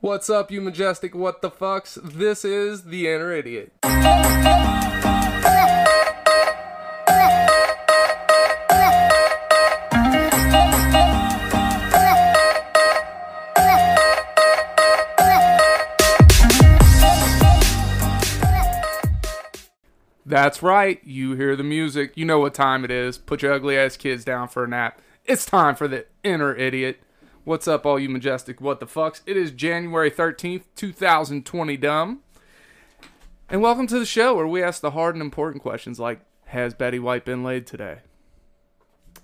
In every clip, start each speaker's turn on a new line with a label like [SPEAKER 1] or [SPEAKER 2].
[SPEAKER 1] What's up, you majestic what the fucks? This is the Inner Idiot. That's right, you hear the music, you know what time it is. Put your ugly ass kids down for a nap. It's time for the Inner Idiot. What's up, all you majestic what the fucks? It is January 13th, 2020, dumb. And welcome to the show where we ask the hard and important questions like Has Betty White been laid today?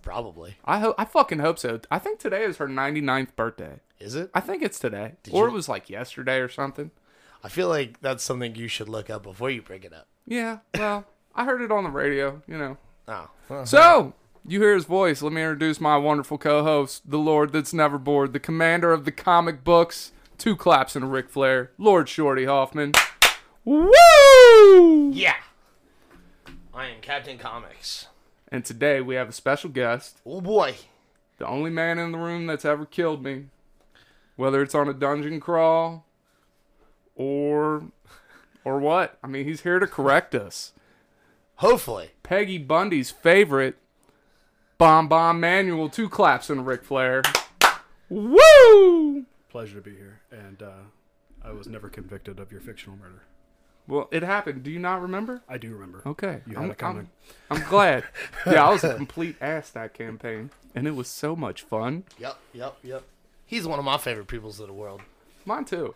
[SPEAKER 2] Probably.
[SPEAKER 1] I hope I fucking hope so. I think today is her 99th birthday.
[SPEAKER 2] Is it?
[SPEAKER 1] I think it's today. or it
[SPEAKER 2] you-
[SPEAKER 1] was like yesterday or something.
[SPEAKER 2] I feel like that's something you should look up before you bring it up.
[SPEAKER 1] Yeah, well, I heard it on the radio, you know.
[SPEAKER 2] Oh. Well,
[SPEAKER 1] So, you hear his voice. Let me introduce my wonderful co host, the Lord that's never bored, the commander of the comic books, two claps and a Ric Flair, Lord Shorty Hoffman. Woo!
[SPEAKER 2] yeah. I am Captain Comics.
[SPEAKER 1] And today we have a special guest,
[SPEAKER 2] Oh boy.
[SPEAKER 1] the only man in the room that's ever killed me, whether it's on a dungeon crawl or. Or what? I mean, he's here to correct us.
[SPEAKER 2] Hopefully.
[SPEAKER 1] Peggy Bundy's favorite Bomb Bomb Manual. Two claps and a Ric Flair. Woo!
[SPEAKER 3] pleasure to be here. And uh, I was never convicted of your fictional murder.
[SPEAKER 1] Well, it happened. Do you not remember?
[SPEAKER 3] I do remember.
[SPEAKER 1] Okay.
[SPEAKER 3] You
[SPEAKER 1] I'm,
[SPEAKER 3] had it coming.
[SPEAKER 1] I'm, I'm glad. yeah, I was a complete ass that campaign. And it was so much fun.
[SPEAKER 2] Yep, yep, yep. He's one of my favorite peoples of the world.
[SPEAKER 1] Mine too.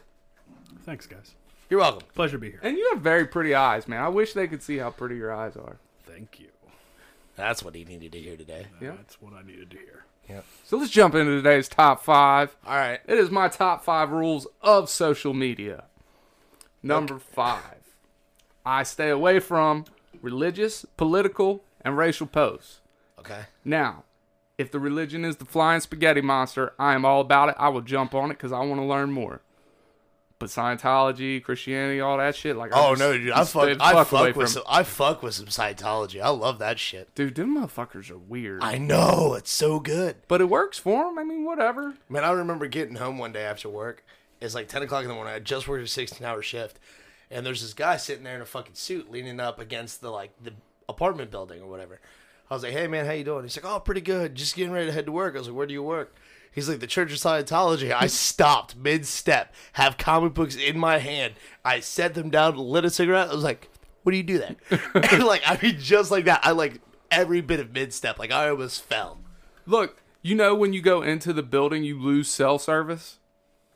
[SPEAKER 3] Thanks, guys.
[SPEAKER 2] You're welcome.
[SPEAKER 3] Pleasure to be here.
[SPEAKER 1] And you have very pretty eyes, man. I wish they could see how pretty your eyes are.
[SPEAKER 3] Thank you.
[SPEAKER 2] That's what he needed to hear today.
[SPEAKER 1] Yeah.
[SPEAKER 3] That's what I needed to hear.
[SPEAKER 1] So let's jump into today's top five.
[SPEAKER 2] All right.
[SPEAKER 1] It is my top five rules of social media. Number five, I stay away from religious, political, and racial posts.
[SPEAKER 2] Okay.
[SPEAKER 1] Now, if the religion is the flying spaghetti monster, I am all about it. I will jump on it because I want to learn more. But Scientology, Christianity, all that shit, like I
[SPEAKER 2] Oh
[SPEAKER 1] just-
[SPEAKER 2] no, dude! I
[SPEAKER 1] just
[SPEAKER 2] fuck,
[SPEAKER 1] stay the
[SPEAKER 2] I
[SPEAKER 1] fuck
[SPEAKER 2] fuck,
[SPEAKER 1] away
[SPEAKER 2] with
[SPEAKER 1] from
[SPEAKER 2] some, I fuck with some Scientology. I love that shit.
[SPEAKER 1] dude. Them motherfuckers are weird,
[SPEAKER 2] I know it's so good.
[SPEAKER 1] but it works for them. I mean, whatever.
[SPEAKER 2] Man, I remember getting home one day after work. It's like 10 o'clock in the morning. I just worked a 16 hour shift. And there's this guy sitting there in a fucking suit leaning up against the like the apartment building or whatever. I was like, hey man, how you doing? He's like, oh, pretty good. Just getting ready to head to work. I was like, where do you work? He's like, the Church of Scientology. I stopped mid step, have comic books in my hand. I set them down, lit a cigarette. I was like, what do you do there? and like, I mean, just like that. I like every bit of mid step. Like, I almost fell.
[SPEAKER 1] Look, you know when you go into the building, you lose cell service.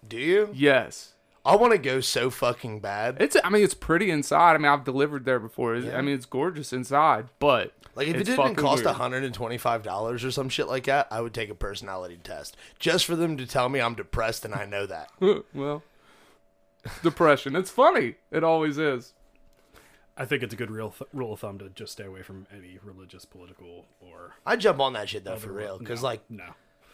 [SPEAKER 2] Do you?
[SPEAKER 1] Yes,
[SPEAKER 2] I want to go so fucking bad.
[SPEAKER 1] It's. I mean, it's pretty inside. I mean, I've delivered there before. It's- I mean, it's gorgeous inside, but
[SPEAKER 2] Like if
[SPEAKER 1] it's
[SPEAKER 2] it didn't
[SPEAKER 1] fucking
[SPEAKER 2] cost
[SPEAKER 1] weird.
[SPEAKER 2] hundred and twenty five dollars or some shit like that, I would take a personality test just for them to tell me I'm depressed and I know that.
[SPEAKER 1] well, depression. It's funny. It always is.
[SPEAKER 3] I think it's a good real th- rule of thumb to just stay away from any religious, political, or
[SPEAKER 2] I jump on that shit though for real because like
[SPEAKER 3] no.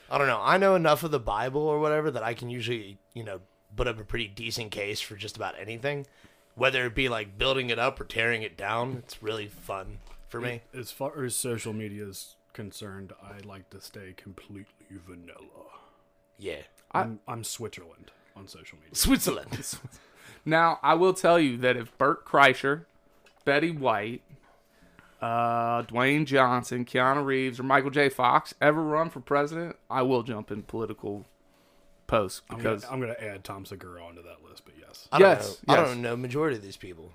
[SPEAKER 2] I don't know, I know enough of the Bible or whatever that I can usually you know put up a pretty decent case for just about anything, whether it be like building it up or tearing it down. It's really fun for me.
[SPEAKER 3] As far as social media is concerned, I like to stay completely vanilla.
[SPEAKER 2] Yeah,
[SPEAKER 3] I'm, I'm Switzerland on social media.
[SPEAKER 2] Switzerland.
[SPEAKER 1] Now, I will tell you that if Burt Kreischer, Betty White, uh, Dwayne Johnson, Keanu Reeves, or Michael J. Fox ever run for president, I will jump in political posts
[SPEAKER 2] Oh,
[SPEAKER 3] I'm gonna-
[SPEAKER 1] because
[SPEAKER 3] I'm going to add Tom Segura onto that list, but yes,
[SPEAKER 2] I don't
[SPEAKER 1] Yes,
[SPEAKER 2] know. I
[SPEAKER 1] yes.
[SPEAKER 2] don't know majority of these people.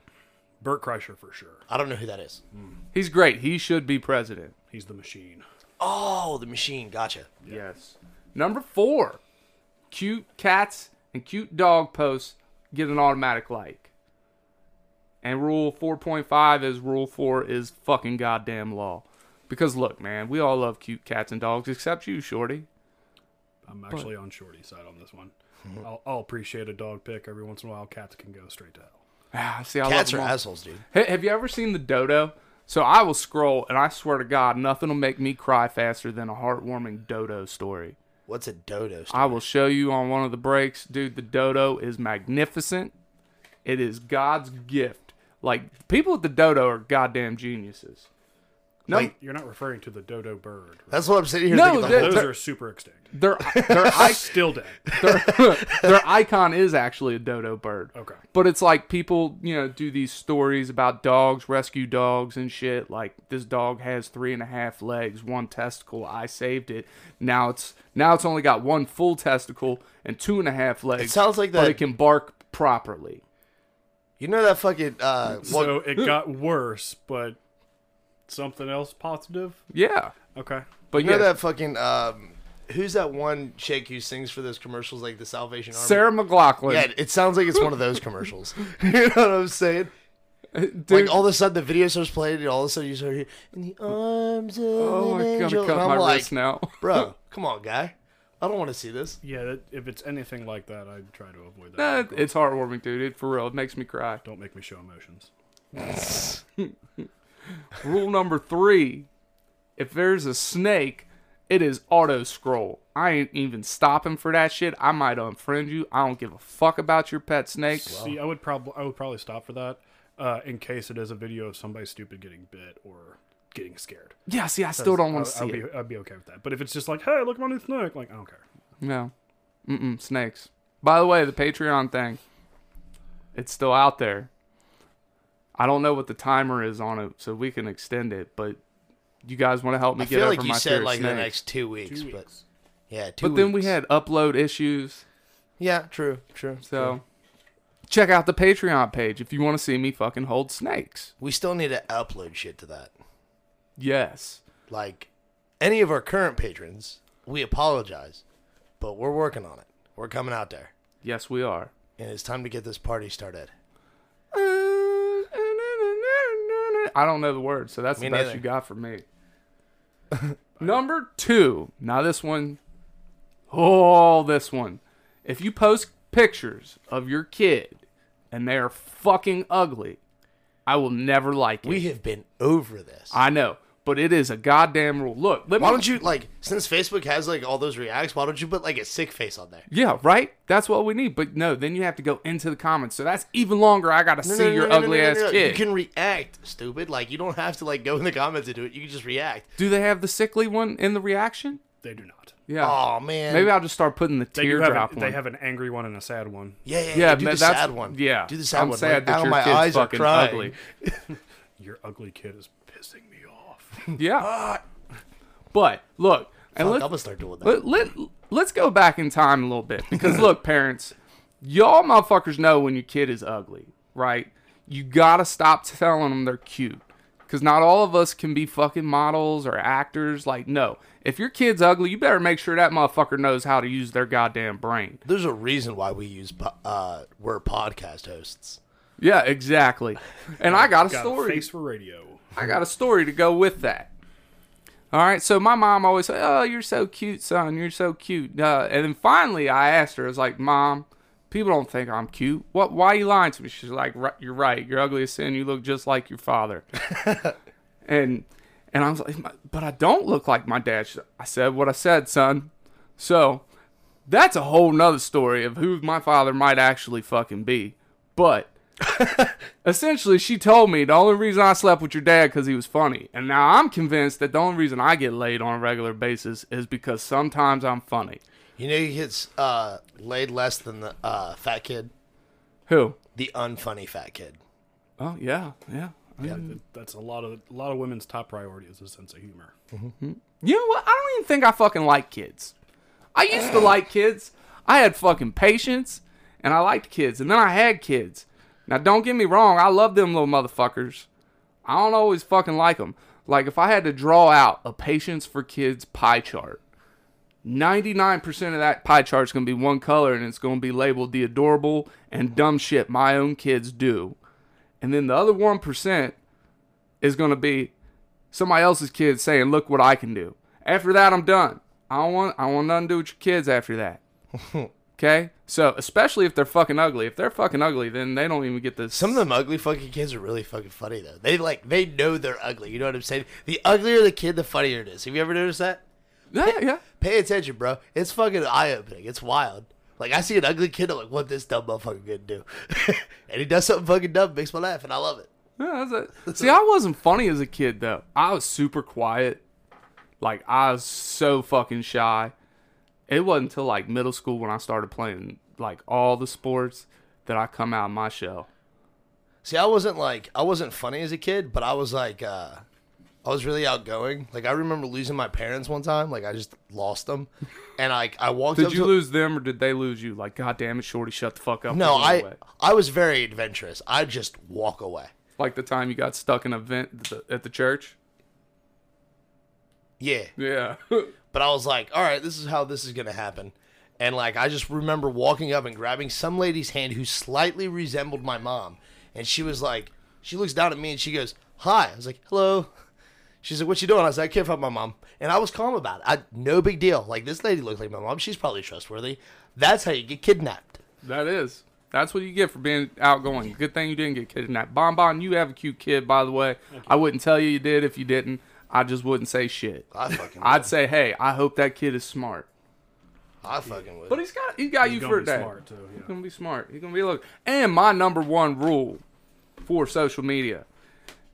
[SPEAKER 3] Bert Kreischer for sure.
[SPEAKER 2] I don't know who that is.
[SPEAKER 1] he's great. He should be president.
[SPEAKER 3] He's the machine.
[SPEAKER 2] Oh, the machine. Gotcha.
[SPEAKER 1] Yes. Number four, cute cats and cute dog posts get an automatic like. And rule 4.5 is rule four is fucking goddamn law. Because look, man, we all love cute cats and dogs except you, Shorty.
[SPEAKER 3] I'm actually on Shorty's side on this one. I'll, I'll appreciate a dog pick every once in a while. Cats can go straight to hell.
[SPEAKER 1] Ah, see, I
[SPEAKER 2] Cats
[SPEAKER 1] love
[SPEAKER 2] are
[SPEAKER 1] them all.
[SPEAKER 2] assholes, dude.
[SPEAKER 1] Ha- Have you ever seen the dodo? So I will scroll, and I swear to God, nothing will make me cry faster than a heartwarming dodo story.
[SPEAKER 2] What's a dodo?
[SPEAKER 1] I will show you on one of the breaks. Dude, the dodo is magnificent. It is God's gift. Like, people at the dodo are goddamn geniuses. No,
[SPEAKER 2] Like-
[SPEAKER 3] You're not referring to the dodo bird. right?
[SPEAKER 2] That's what I'm sitting here
[SPEAKER 1] No,
[SPEAKER 2] thinking. the
[SPEAKER 1] that-
[SPEAKER 2] whole
[SPEAKER 3] Those
[SPEAKER 1] they're-
[SPEAKER 3] are super extinct.
[SPEAKER 1] their their i-
[SPEAKER 3] Still dead.
[SPEAKER 1] their, their icon is actually a dodo bird.
[SPEAKER 3] Okay.
[SPEAKER 1] But it's like people, you know, do these stories about dogs, rescue dogs, and shit. Like this dog has three and a half legs, one testicle. I saved it. Now it's now it's only got one full testicle and two and a half legs.
[SPEAKER 2] sounds like
[SPEAKER 1] but
[SPEAKER 2] that-
[SPEAKER 1] it can bark properly.
[SPEAKER 2] You know that fucking uh, one-
[SPEAKER 3] So it got worse, but something else positive.
[SPEAKER 1] Yeah,
[SPEAKER 3] Okay.
[SPEAKER 1] but
[SPEAKER 2] You know
[SPEAKER 1] yeah,
[SPEAKER 2] that fucking um, who's that one chick who sings for those commercials like the Salvation Army?
[SPEAKER 1] Sarah McLaughlin.
[SPEAKER 2] Yeah, it sounds like it's one of those commercials. you know what I'm saying?
[SPEAKER 1] dude,
[SPEAKER 2] Like "Oh, all of a sudden the video starts playing, and all of a sudden you start hearing in the arms of
[SPEAKER 1] oh,
[SPEAKER 2] an
[SPEAKER 1] I gotta
[SPEAKER 2] angel,
[SPEAKER 1] cut
[SPEAKER 2] and I'm
[SPEAKER 1] my
[SPEAKER 2] like,
[SPEAKER 1] wrist now.
[SPEAKER 2] bro, come on, guy, I don't want to see this.
[SPEAKER 3] Yeah, that, if it's anything like that, I try to avoid
[SPEAKER 1] Nah,
[SPEAKER 3] that.
[SPEAKER 1] it's heartwarming, dude. It, for real, it makes me cry.
[SPEAKER 3] Don't make me show emotions.
[SPEAKER 1] Rule number three if there's a snake, it is auto scroll. I ain't even stopping for that shit. I might unfriend you. I don't give a fuck about your pet snake.
[SPEAKER 3] See, I would probably I would probably stop for that uh, in case it is a video of somebody stupid getting bit or getting scared.
[SPEAKER 1] Yeah, see, I still don't want to
[SPEAKER 3] I'll,
[SPEAKER 1] see
[SPEAKER 3] I'll
[SPEAKER 1] it.
[SPEAKER 3] be, I'd be okay with that. But if it's just like, hey, look at my new snake, like I don't care.
[SPEAKER 1] No. Mm-mm, snakes. By the way, the Patreon thing, it's still out there. I don't know what the timer is on it, so we can extend it, but you guys want to help me
[SPEAKER 2] I
[SPEAKER 1] get
[SPEAKER 2] feel
[SPEAKER 1] over
[SPEAKER 2] like
[SPEAKER 1] my
[SPEAKER 2] you
[SPEAKER 1] fear
[SPEAKER 2] said
[SPEAKER 1] of
[SPEAKER 2] like the
[SPEAKER 1] snakes.
[SPEAKER 2] next two weeks, but yeah, two.
[SPEAKER 1] but then we
[SPEAKER 2] weeks.
[SPEAKER 1] had upload issues.
[SPEAKER 2] yeah, true, true.
[SPEAKER 1] So check out the Patreon page if you want to see me fucking hold snakes.
[SPEAKER 2] we still need to upload shit to that.
[SPEAKER 1] Yes.
[SPEAKER 2] Like any of our current patrons, we apologize, but we're working on it. We're coming out there,
[SPEAKER 1] Yes, we are.
[SPEAKER 2] and it's time to get this party started.
[SPEAKER 1] I don't know the word, so that's
[SPEAKER 2] Me
[SPEAKER 1] the best
[SPEAKER 2] neither.
[SPEAKER 1] you got for me. Number two. Now this one. Oh, this one. If you post pictures of your kid and they are fucking ugly, I will never like it.
[SPEAKER 2] We have been over this.
[SPEAKER 1] I know, but it is a goddamn rule. Look, let me
[SPEAKER 2] Why don't you like since Facebook has like all those reacts? Why don't you put like a sick face on there?
[SPEAKER 1] Yeah, right? That's what we need. But no, then you have to go into the comments. So that's even longer. I got to see
[SPEAKER 2] No, no,
[SPEAKER 1] your
[SPEAKER 2] no, no, no,
[SPEAKER 1] ugly
[SPEAKER 2] no,
[SPEAKER 1] ass
[SPEAKER 2] no, no.
[SPEAKER 1] kid.
[SPEAKER 2] You can react, stupid. Like you don't have to like go in the comments and do it. You can just react.
[SPEAKER 1] Do they have the sickly one in the reaction?
[SPEAKER 3] They do not.
[SPEAKER 1] Yeah.
[SPEAKER 2] Oh man,
[SPEAKER 1] Maybe I'll just start putting the
[SPEAKER 3] They do have
[SPEAKER 1] teardrop
[SPEAKER 3] an,
[SPEAKER 1] one.
[SPEAKER 3] they have an angry one and a sad one.
[SPEAKER 2] yeah, yeah, yeah.
[SPEAKER 1] yeah,
[SPEAKER 2] do
[SPEAKER 1] ma-
[SPEAKER 2] the
[SPEAKER 1] that's-
[SPEAKER 2] sad one.
[SPEAKER 1] Yeah.
[SPEAKER 2] do the sad
[SPEAKER 1] I'm
[SPEAKER 2] one.
[SPEAKER 1] sad
[SPEAKER 2] like,
[SPEAKER 1] that
[SPEAKER 2] "Ow,
[SPEAKER 1] your
[SPEAKER 2] my
[SPEAKER 1] kid's
[SPEAKER 2] eyes are
[SPEAKER 1] fucking
[SPEAKER 2] crying."
[SPEAKER 1] ugly.
[SPEAKER 3] Your ugly kid is pissing me off.
[SPEAKER 1] Yeah. but look, and
[SPEAKER 2] Fuck,
[SPEAKER 1] let,
[SPEAKER 2] I'm gonna start doing
[SPEAKER 1] let,
[SPEAKER 2] that.
[SPEAKER 1] let, let's go back in time a little bit. Because look, parents, y'all motherfuckers know when your kid is ugly, right? You got to stop telling them they're cute. Because not all of us can be fucking models or actors. Like, no. If your kid's ugly, you better make sure that motherfucker knows how to use their goddamn brain.
[SPEAKER 2] There's a reason why we use po- uh we're podcast hosts.
[SPEAKER 1] Yeah, exactly. And I got a
[SPEAKER 3] Got
[SPEAKER 1] story.
[SPEAKER 3] a face for radio.
[SPEAKER 1] I got a story to go with that. All right, so my mom always said, "Oh, you're so cute, son. You're so cute." Uh, and then finally, I asked her, "I was like, Mom, people don't think I'm cute. What? Why you lying to me?" She's like, "Ri- "You're right. You're ugly as sin. You look just like your father." and and I was like, "My- "But I don't look like my dad." She's- I said what I said, son. So that's a whole nother story of who my father might actually fucking be. But essentially she told me the only reason I slept with your dad because he was funny. And now I'm convinced that the only reason I get laid on a regular basis is because sometimes I'm funny.
[SPEAKER 2] You know, he gets uh laid less than the uh fat kid,
[SPEAKER 1] Who?
[SPEAKER 2] the unfunny fat kid.
[SPEAKER 1] Oh yeah, yeah.
[SPEAKER 3] That- That's a lot of a lot of women's top priority is a sense of humor.
[SPEAKER 1] You know what? I don't even think I fucking like kids. I used to like kids. I had fucking patience and I liked kids. And then I had kids. Now, don't get me wrong. I love them little motherfuckers. I don't always fucking like them. Like, if I had to draw out a patience for kids pie chart, 99% of that pie chart is going to be one color and it's going to be labeled the adorable and dumb shit my own kids do. And then the other 1% is going to be somebody else's kids saying, "Look what I can do." After that, I'm done. I don't want I want nothing to do with your kids after that. okay, so especially if they're fucking ugly. If they're fucking ugly, then they don't even get this.
[SPEAKER 2] Some of them ugly fucking kids are really fucking funny though. They like they know they're ugly. You know what I'm saying? The uglier the kid, the funnier it is. Have you ever noticed that?
[SPEAKER 1] yeah, yeah.
[SPEAKER 2] Pay attention, bro. It's fucking eye opening. It's wild. Like I see an ugly kid, I'm like, what this dumb motherfucker gonna do? and he does something fucking dumb, makes me laugh, and I love it.
[SPEAKER 1] Yeah, that's it. See, I wasn't funny as a kid though. I was super quiet. Like I was so fucking shy. It wasn't until like middle school when I started playing like all the sports that I come out of my shell.
[SPEAKER 2] See, I wasn't like I wasn't funny as a kid, but I was like uh I was really outgoing. Like I remember losing my parents one time. Like I just lost them, and like I walked.
[SPEAKER 1] Did
[SPEAKER 2] up
[SPEAKER 1] you
[SPEAKER 2] to-
[SPEAKER 1] lose them or did they lose you? Like, god damn it, Shorty, shut the fuck up.
[SPEAKER 2] No,
[SPEAKER 1] and go
[SPEAKER 2] I
[SPEAKER 1] away."
[SPEAKER 2] I was very adventurous. I just walk away.
[SPEAKER 1] like the time you got stuck in a vent at the, at the church.
[SPEAKER 2] Yeah,
[SPEAKER 1] Yeah,
[SPEAKER 2] but I was like, all right, this is how this is gonna happen. And like I just remember walking up and grabbing some lady's hand who slightly resembled my mom, and she was like, she looks down at me and she goes, "Hi." I was like, "Hello." She's like, "What you doing?" I was like, "I can't find my mom," and I was calm about it. I no big deal. Like this lady looked like my mom. She's probably trustworthy. That's how you get kidnapped.
[SPEAKER 1] that is. That's what you get for being outgoing. Good thing you didn't get kidnapped. Bon Bon, you have a cute kid, by the way. I wouldn't tell you you did if you didn't. I just wouldn't say shit.
[SPEAKER 2] I fucking,
[SPEAKER 1] I'd say, hey, I hope that kid is smart.
[SPEAKER 2] I fucking would.
[SPEAKER 1] But he's got he got
[SPEAKER 3] He's
[SPEAKER 1] you
[SPEAKER 3] gonna
[SPEAKER 1] for
[SPEAKER 3] be
[SPEAKER 1] that.
[SPEAKER 3] smart, too, yeah.
[SPEAKER 1] He's gonna be smart. He's gonna be look. And my number one rule for social media,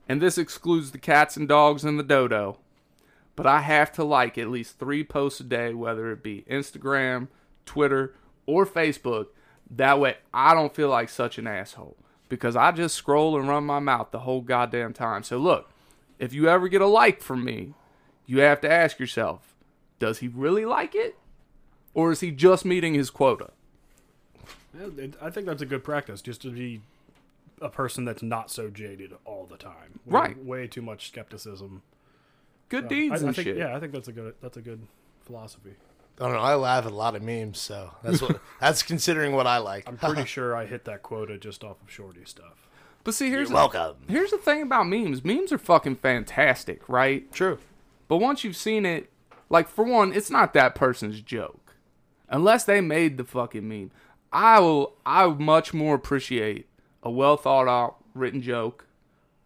[SPEAKER 1] and this excludes the cats and dogs and the dodo, but I have to like at least three posts a day, whether it be Instagram, Twitter, or Facebook. That way, I don't feel like such an asshole because I just scroll and run my mouth the whole goddamn time. So look, if you ever get a like from me, you have to ask yourself, does he really like it? or is he just meeting his quota?
[SPEAKER 3] Yeah, it- I think that's a good practice, just to be a person that's not so jaded all the time. Way-
[SPEAKER 1] Right.
[SPEAKER 3] Way too much skepticism.
[SPEAKER 1] Good deeds
[SPEAKER 3] I, I
[SPEAKER 1] and
[SPEAKER 3] think,
[SPEAKER 1] shit.
[SPEAKER 3] Yeah, I think that's a good that's a good philosophy.
[SPEAKER 2] I don't know. I laugh at a lot of memes, so that's what that's considering what I like.
[SPEAKER 3] I'm pretty sure I hit that quota just off of shorty stuff.
[SPEAKER 1] But see, here's
[SPEAKER 2] You're
[SPEAKER 1] the,
[SPEAKER 2] welcome.
[SPEAKER 1] here's the thing about memes. Memes are fucking fantastic, right?
[SPEAKER 2] True.
[SPEAKER 1] But once you've seen it, like for one, it's not that person's joke, unless they made the fucking meme. I will. I much more appreciate a well thought out written joke,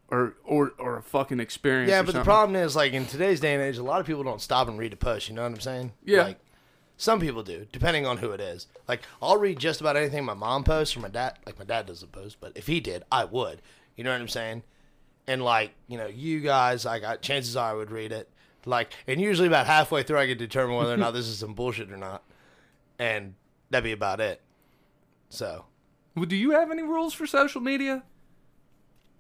[SPEAKER 1] or or or a fucking experience.
[SPEAKER 2] Yeah,
[SPEAKER 1] or
[SPEAKER 2] but the
[SPEAKER 1] something.
[SPEAKER 2] problem is, like in today's day and age, a lot of people don't stop and read a post. You know what I'm saying?
[SPEAKER 1] Yeah.
[SPEAKER 2] Like, some people do, depending on who it is. Like, I'll read just about anything my mom posts or my dad. Like, my dad doesn't post, but if he did, I would. You know what I'm saying? And like, you know, you guys, I got chances are I would read it. Like, and usually about halfway through, I can determine whether or not this is some bullshit or not, and that'd be about it. So,
[SPEAKER 1] Well, do you have any rules for social media?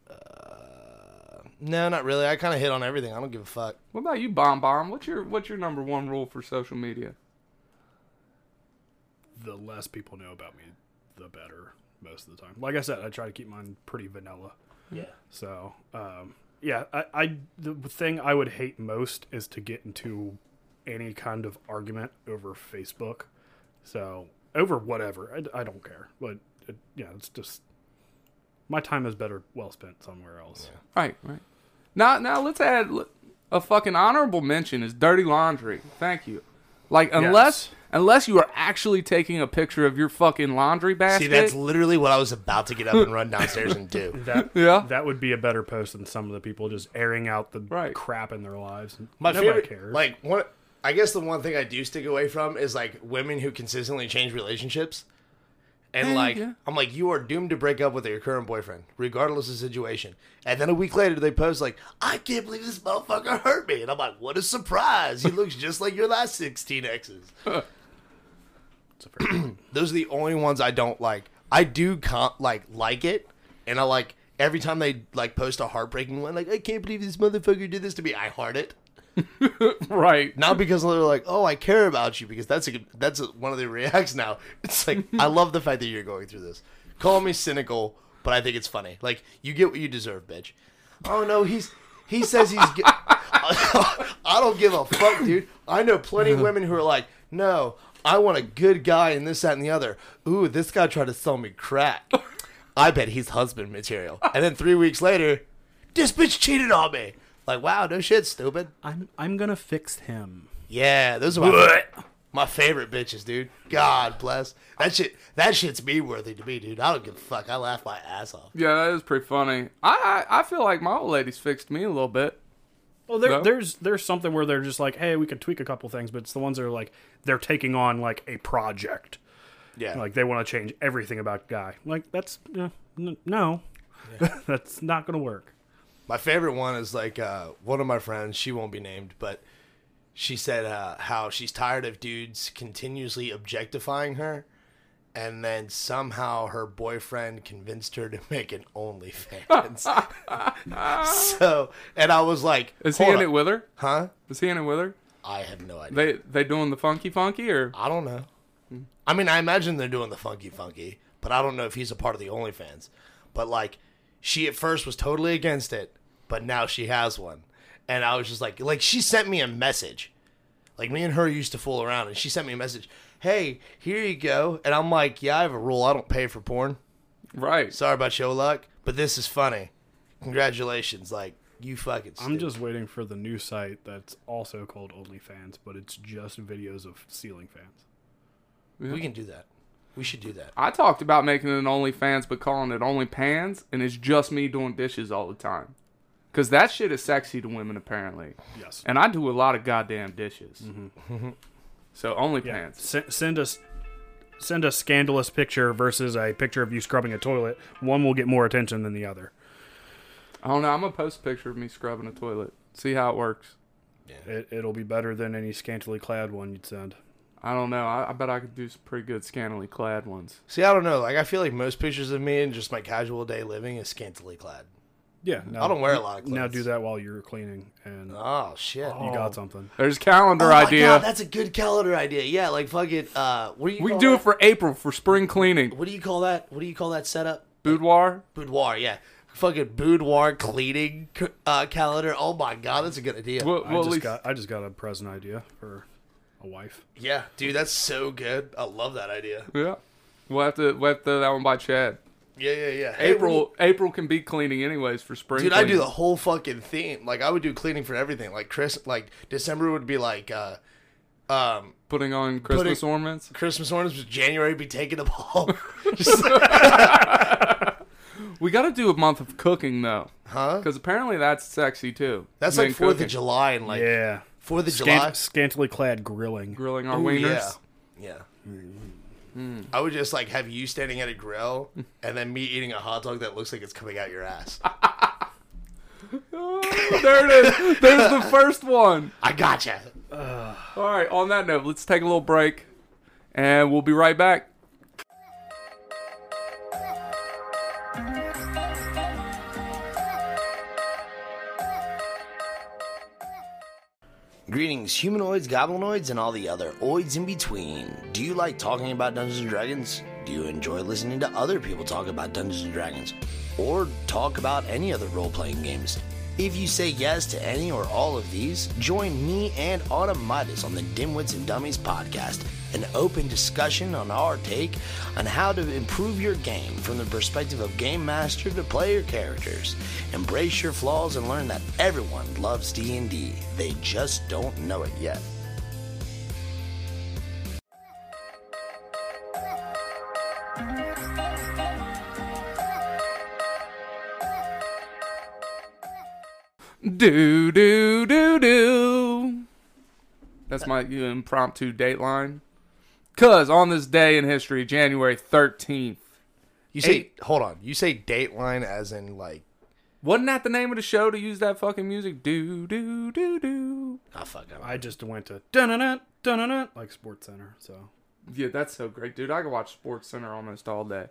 [SPEAKER 2] uh, no, not really. I kind of hit on everything. I don't give a fuck.
[SPEAKER 1] What about you, Bomb Bomb? What's your what's your number one rule for social media?
[SPEAKER 3] The less people know about me, the better. Most of the time, like I said, I try to keep mine pretty vanilla.
[SPEAKER 2] Yeah.
[SPEAKER 3] So, um, yeah, I, I the thing I would hate most is to get into any kind of argument over Facebook. So over whatever, I, I don't care. But it, yeah, it's just my time is better well spent somewhere else.
[SPEAKER 1] Right, right. Now, now let's add l- a fucking honorable mention is dirty laundry. Thank you. Like unless unless you are actually taking a picture of your fucking laundry basket.
[SPEAKER 2] See, that's literally what I was about to get up and run downstairs and do.
[SPEAKER 3] That
[SPEAKER 1] Yeah.
[SPEAKER 3] that would be a better post than some of the people just airing out the
[SPEAKER 1] Right.
[SPEAKER 3] crap in their lives.
[SPEAKER 2] My
[SPEAKER 3] Nobody
[SPEAKER 2] favorite,
[SPEAKER 3] cares.
[SPEAKER 2] like one, I guess the one thing I do stick away from is like women who consistently change relationships, and
[SPEAKER 1] Yeah,
[SPEAKER 2] like
[SPEAKER 1] yeah.
[SPEAKER 2] I'm like, you are doomed to break up with your current boyfriend, regardless of situation. And then a week later, they post like, I can't believe this motherfucker hurt me, and I'm like, what a surprise! He looks just like your last 16 exes.
[SPEAKER 3] It's a fair point.
[SPEAKER 2] Those are the only ones I don't like. I do con- like like it, and I like every time they like post a heartbreaking one, like I can't believe this motherfucker did this to me. I heart it.
[SPEAKER 1] right.
[SPEAKER 2] Not because they're like, "Oh, I care about you," because that's a, that's a, one of the reacts now. It's like I love the fact that you're going through this. Call me cynical, but I think it's funny. Like you get what you deserve, bitch. Oh no, he's he says he's. G- I don't give a fuck, dude. I know plenty of women who are like, "No, I want a good guy and this, that, and the other." Ooh, this guy tried to sell me crack. I bet he's husband material. And then three weeks later, this bitch cheated on me. Like, wow, no shit, stupid.
[SPEAKER 3] I'm I'm gonna fix him.
[SPEAKER 2] Yeah, those are my, my favorite bitches, dude. God bless that shit. That shit's me worthy to me, dude. I don't give a fuck. I laugh my ass off.
[SPEAKER 1] Yeah, that is pretty funny. I, I I feel like my old lady's fixed me a little bit.
[SPEAKER 3] Well, there,
[SPEAKER 1] No?
[SPEAKER 3] there's there's something where they're just like, hey, we could tweak a couple things, but it's the ones that are like they're taking on like a project,
[SPEAKER 2] Yeah,
[SPEAKER 3] like they want to change everything about guy. Like that's uh, n- no, That's not going to work.
[SPEAKER 2] My favorite one is like uh, one of my friends. She won't be named, but she said uh, how she's tired of dudes continuously objectifying her, and then somehow her boyfriend convinced her to make an OnlyFans. so, and I was like,
[SPEAKER 1] Is he
[SPEAKER 2] "Hold
[SPEAKER 1] in
[SPEAKER 2] up.
[SPEAKER 1] it with her?
[SPEAKER 2] Huh?
[SPEAKER 1] Is he in it with her?
[SPEAKER 2] I have no idea.
[SPEAKER 1] They they doing the funky funky or
[SPEAKER 2] I don't know. I mean, I imagine they're doing the funky funky, but I don't know if he's a part of the OnlyFans. But like, she at first was totally against it, but now she has one, and I was just like, like she sent me a message. Like me and her used to fool around, and she sent me a message. Hey, here you go, and I'm like, yeah, I have a rule. I don't pay for porn.
[SPEAKER 1] right?
[SPEAKER 2] Sorry about your luck, but this is funny. Congratulations, like you fucking.
[SPEAKER 3] I'm
[SPEAKER 2] stupid.
[SPEAKER 3] just waiting for the new site that's also called OnlyFans, but it's just videos of ceiling fans.
[SPEAKER 2] We can do that. We should do that.
[SPEAKER 1] I talked about making it an OnlyFans, but calling it OnlyPans, and it's just me doing dishes all the time. Cause that shit is sexy to women apparently,
[SPEAKER 3] Yes.
[SPEAKER 1] and I do a lot of goddamn dishes. so
[SPEAKER 3] Mm-hmm. Yeah.
[SPEAKER 1] OnlyPans.
[SPEAKER 3] S- send us send a scandalous picture versus a picture of you scrubbing a toilet. One will get more attention than the other.
[SPEAKER 1] I don't know. I'm gonna post a picture of me scrubbing a toilet. See how it works.
[SPEAKER 3] It, it'll be better than any scantily clad one you'd send.
[SPEAKER 1] I don't know. I, I bet I could do some pretty good scantily clad ones.
[SPEAKER 2] See, I don't know. Like, I feel like most pictures of me and just my casual day living is scantily clad.
[SPEAKER 3] Yeah. Now,
[SPEAKER 2] I don't wear a lot of clothes.
[SPEAKER 3] Now do that while you're cleaning and
[SPEAKER 2] Oh shit!
[SPEAKER 3] you got something.
[SPEAKER 1] There's calendar
[SPEAKER 2] Oh my
[SPEAKER 1] idea.
[SPEAKER 2] God, that's a good calendar idea. Yeah, like fuck it. Uh, what do you?
[SPEAKER 1] we
[SPEAKER 2] call
[SPEAKER 1] can do
[SPEAKER 2] that?
[SPEAKER 1] it for April for spring cleaning.
[SPEAKER 2] What do you call that? What do you call that setup?
[SPEAKER 1] Boudoir.
[SPEAKER 2] Boudoir. Yeah, fucking boudoir cleaning c- uh, calendar. Oh my god, that's a good idea.
[SPEAKER 1] Well,
[SPEAKER 3] I
[SPEAKER 1] well, at
[SPEAKER 3] just
[SPEAKER 1] least-
[SPEAKER 3] got I just got a present idea for a wife.
[SPEAKER 2] Yeah, dude, that's so good. I love that idea.
[SPEAKER 1] yeah. We'll have to we'll have to that one by Chad.
[SPEAKER 2] Yeah, yeah, yeah. Hey,
[SPEAKER 1] April
[SPEAKER 2] we-
[SPEAKER 1] April can be cleaning anyways for spring.
[SPEAKER 2] Dude, I
[SPEAKER 1] cleaning.
[SPEAKER 2] do the whole fucking theme. Like, I would do cleaning for everything. Like, Chris, like December would be like, uh, um,
[SPEAKER 1] putting on Christmas ornaments.
[SPEAKER 2] Christmas ornaments. but January be taking them all. Just-
[SPEAKER 1] We got to do a month of cooking though,
[SPEAKER 2] huh?
[SPEAKER 1] because apparently that's sexy too.
[SPEAKER 2] That's
[SPEAKER 1] Men
[SPEAKER 2] like Fourth
[SPEAKER 1] cooking.
[SPEAKER 2] of July and like
[SPEAKER 3] yeah.
[SPEAKER 2] Fourth of
[SPEAKER 3] Scant-
[SPEAKER 2] July.
[SPEAKER 3] scantily clad grilling.
[SPEAKER 1] grilling our
[SPEAKER 2] Ooh,
[SPEAKER 1] wieners.
[SPEAKER 2] Yeah. Yeah. I would just like have you standing at a grill and then me eating a hot dog that looks like it's coming out your ass.
[SPEAKER 1] Oh, there it is. There's the first one.
[SPEAKER 2] I gotcha.
[SPEAKER 1] All right. On that note, let's take a little break, and we'll be right back.
[SPEAKER 2] Greetings, humanoids, goblinoids, and all the other oids in between. Do you like talking about Dungeons and Dragons? Do you enjoy listening to other people talk about Dungeons and Dragons? Or talk about any other role playing games? If you say yes to any or all of these, join me and Automidas on the Dimwits and Dummies podcast, an open discussion on our take on how to improve your game from the perspective of game master to player characters. Embrace your flaws and learn that everyone loves D&D. They just don't know it yet.
[SPEAKER 1] Do do do do. That's my impromptu dateline. Cause on this day in history, January thirteenth,
[SPEAKER 2] You
[SPEAKER 1] say-
[SPEAKER 2] hold on. You say Dateline as in like
[SPEAKER 1] wasn't that the name of the show to use that fucking music? Do do do do.
[SPEAKER 2] ah fuck I don't-
[SPEAKER 3] I just went to dun dun like Sports Center. So
[SPEAKER 1] Yeah, that's so great, dude. I could watch Sports Center almost all day.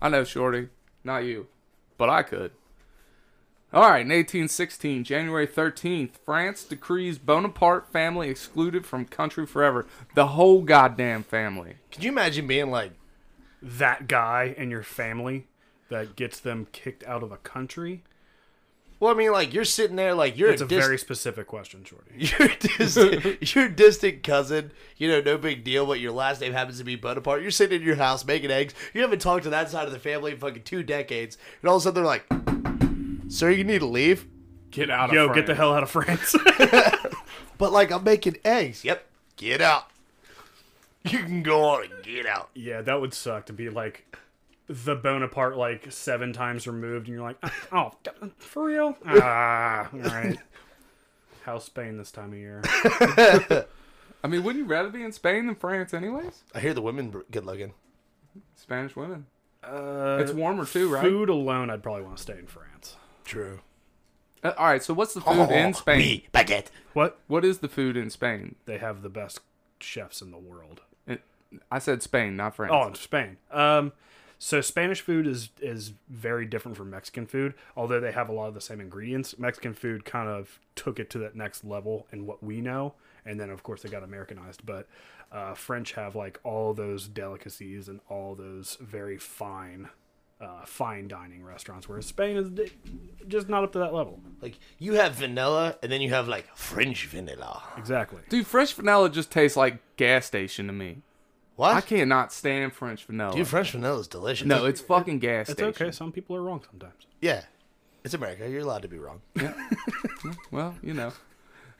[SPEAKER 1] I know, Shorty, not you, but I could. All right, in 1816, January 13th, France decrees Bonaparte family excluded from country forever. The whole goddamn family.
[SPEAKER 2] Can you imagine being like
[SPEAKER 3] that guy and your family that gets them kicked out of a country.
[SPEAKER 2] well, I mean, like you're sitting there, like you're
[SPEAKER 3] It's a
[SPEAKER 2] dis-
[SPEAKER 3] very specific question, Shorty.
[SPEAKER 2] Your distant, your distant cousin, you know, no big deal, but your last name happens to be Bonaparte. You're sitting in your house making eggs. You haven't talked to that side of the family in fucking two decades. And all of a sudden they're like, Sir, you need to leave?
[SPEAKER 1] Get out
[SPEAKER 3] Yo, get the hell out of France.
[SPEAKER 2] But like, I'm making eggs. Yep. Get out. You can go on and get out.
[SPEAKER 3] yeah, that would suck to be like the Bonaparte like seven times removed, and you're like, oh, for real? Ah, all right. How's Spain this time of year?
[SPEAKER 1] I mean, wouldn't you rather be in Spain than France, anyways?
[SPEAKER 2] I hear the women br- good looking.
[SPEAKER 1] Spanish women.
[SPEAKER 3] Uh,
[SPEAKER 1] It's warmer too, right?
[SPEAKER 3] Food alone, I'd probably want to stay in France.
[SPEAKER 2] True.
[SPEAKER 1] Uh, all right. So what's the food
[SPEAKER 3] Oh,
[SPEAKER 1] in Spain?
[SPEAKER 2] Oui, baguette.
[SPEAKER 3] What?
[SPEAKER 1] What is the food in Spain?
[SPEAKER 3] They have the best chefs in the world.
[SPEAKER 1] It- I said Spain, not France.
[SPEAKER 3] Oh, in Spain. Um, so Spanish food is is very different from Mexican food, although they have a lot of the same ingredients. Mexican food kind of took it to that next level in what we know, and then of course they got Americanized. But uh, French have like all those delicacies and all those very fine, uh, fine dining restaurants, whereas Spain is d- just not up to that level.
[SPEAKER 2] Like you have vanilla, and then you have like French vanilla.
[SPEAKER 3] Exactly.
[SPEAKER 1] Dude, French vanilla just tastes like gas station to me.
[SPEAKER 2] What?
[SPEAKER 1] I cannot stand French vanilla.
[SPEAKER 2] Dude, French vanilla is delicious.
[SPEAKER 1] no, it's fucking gas
[SPEAKER 3] It's
[SPEAKER 1] station.
[SPEAKER 3] okay. Some people are wrong sometimes.
[SPEAKER 2] yeah, it's America. You're allowed to be wrong.
[SPEAKER 1] Well, you know.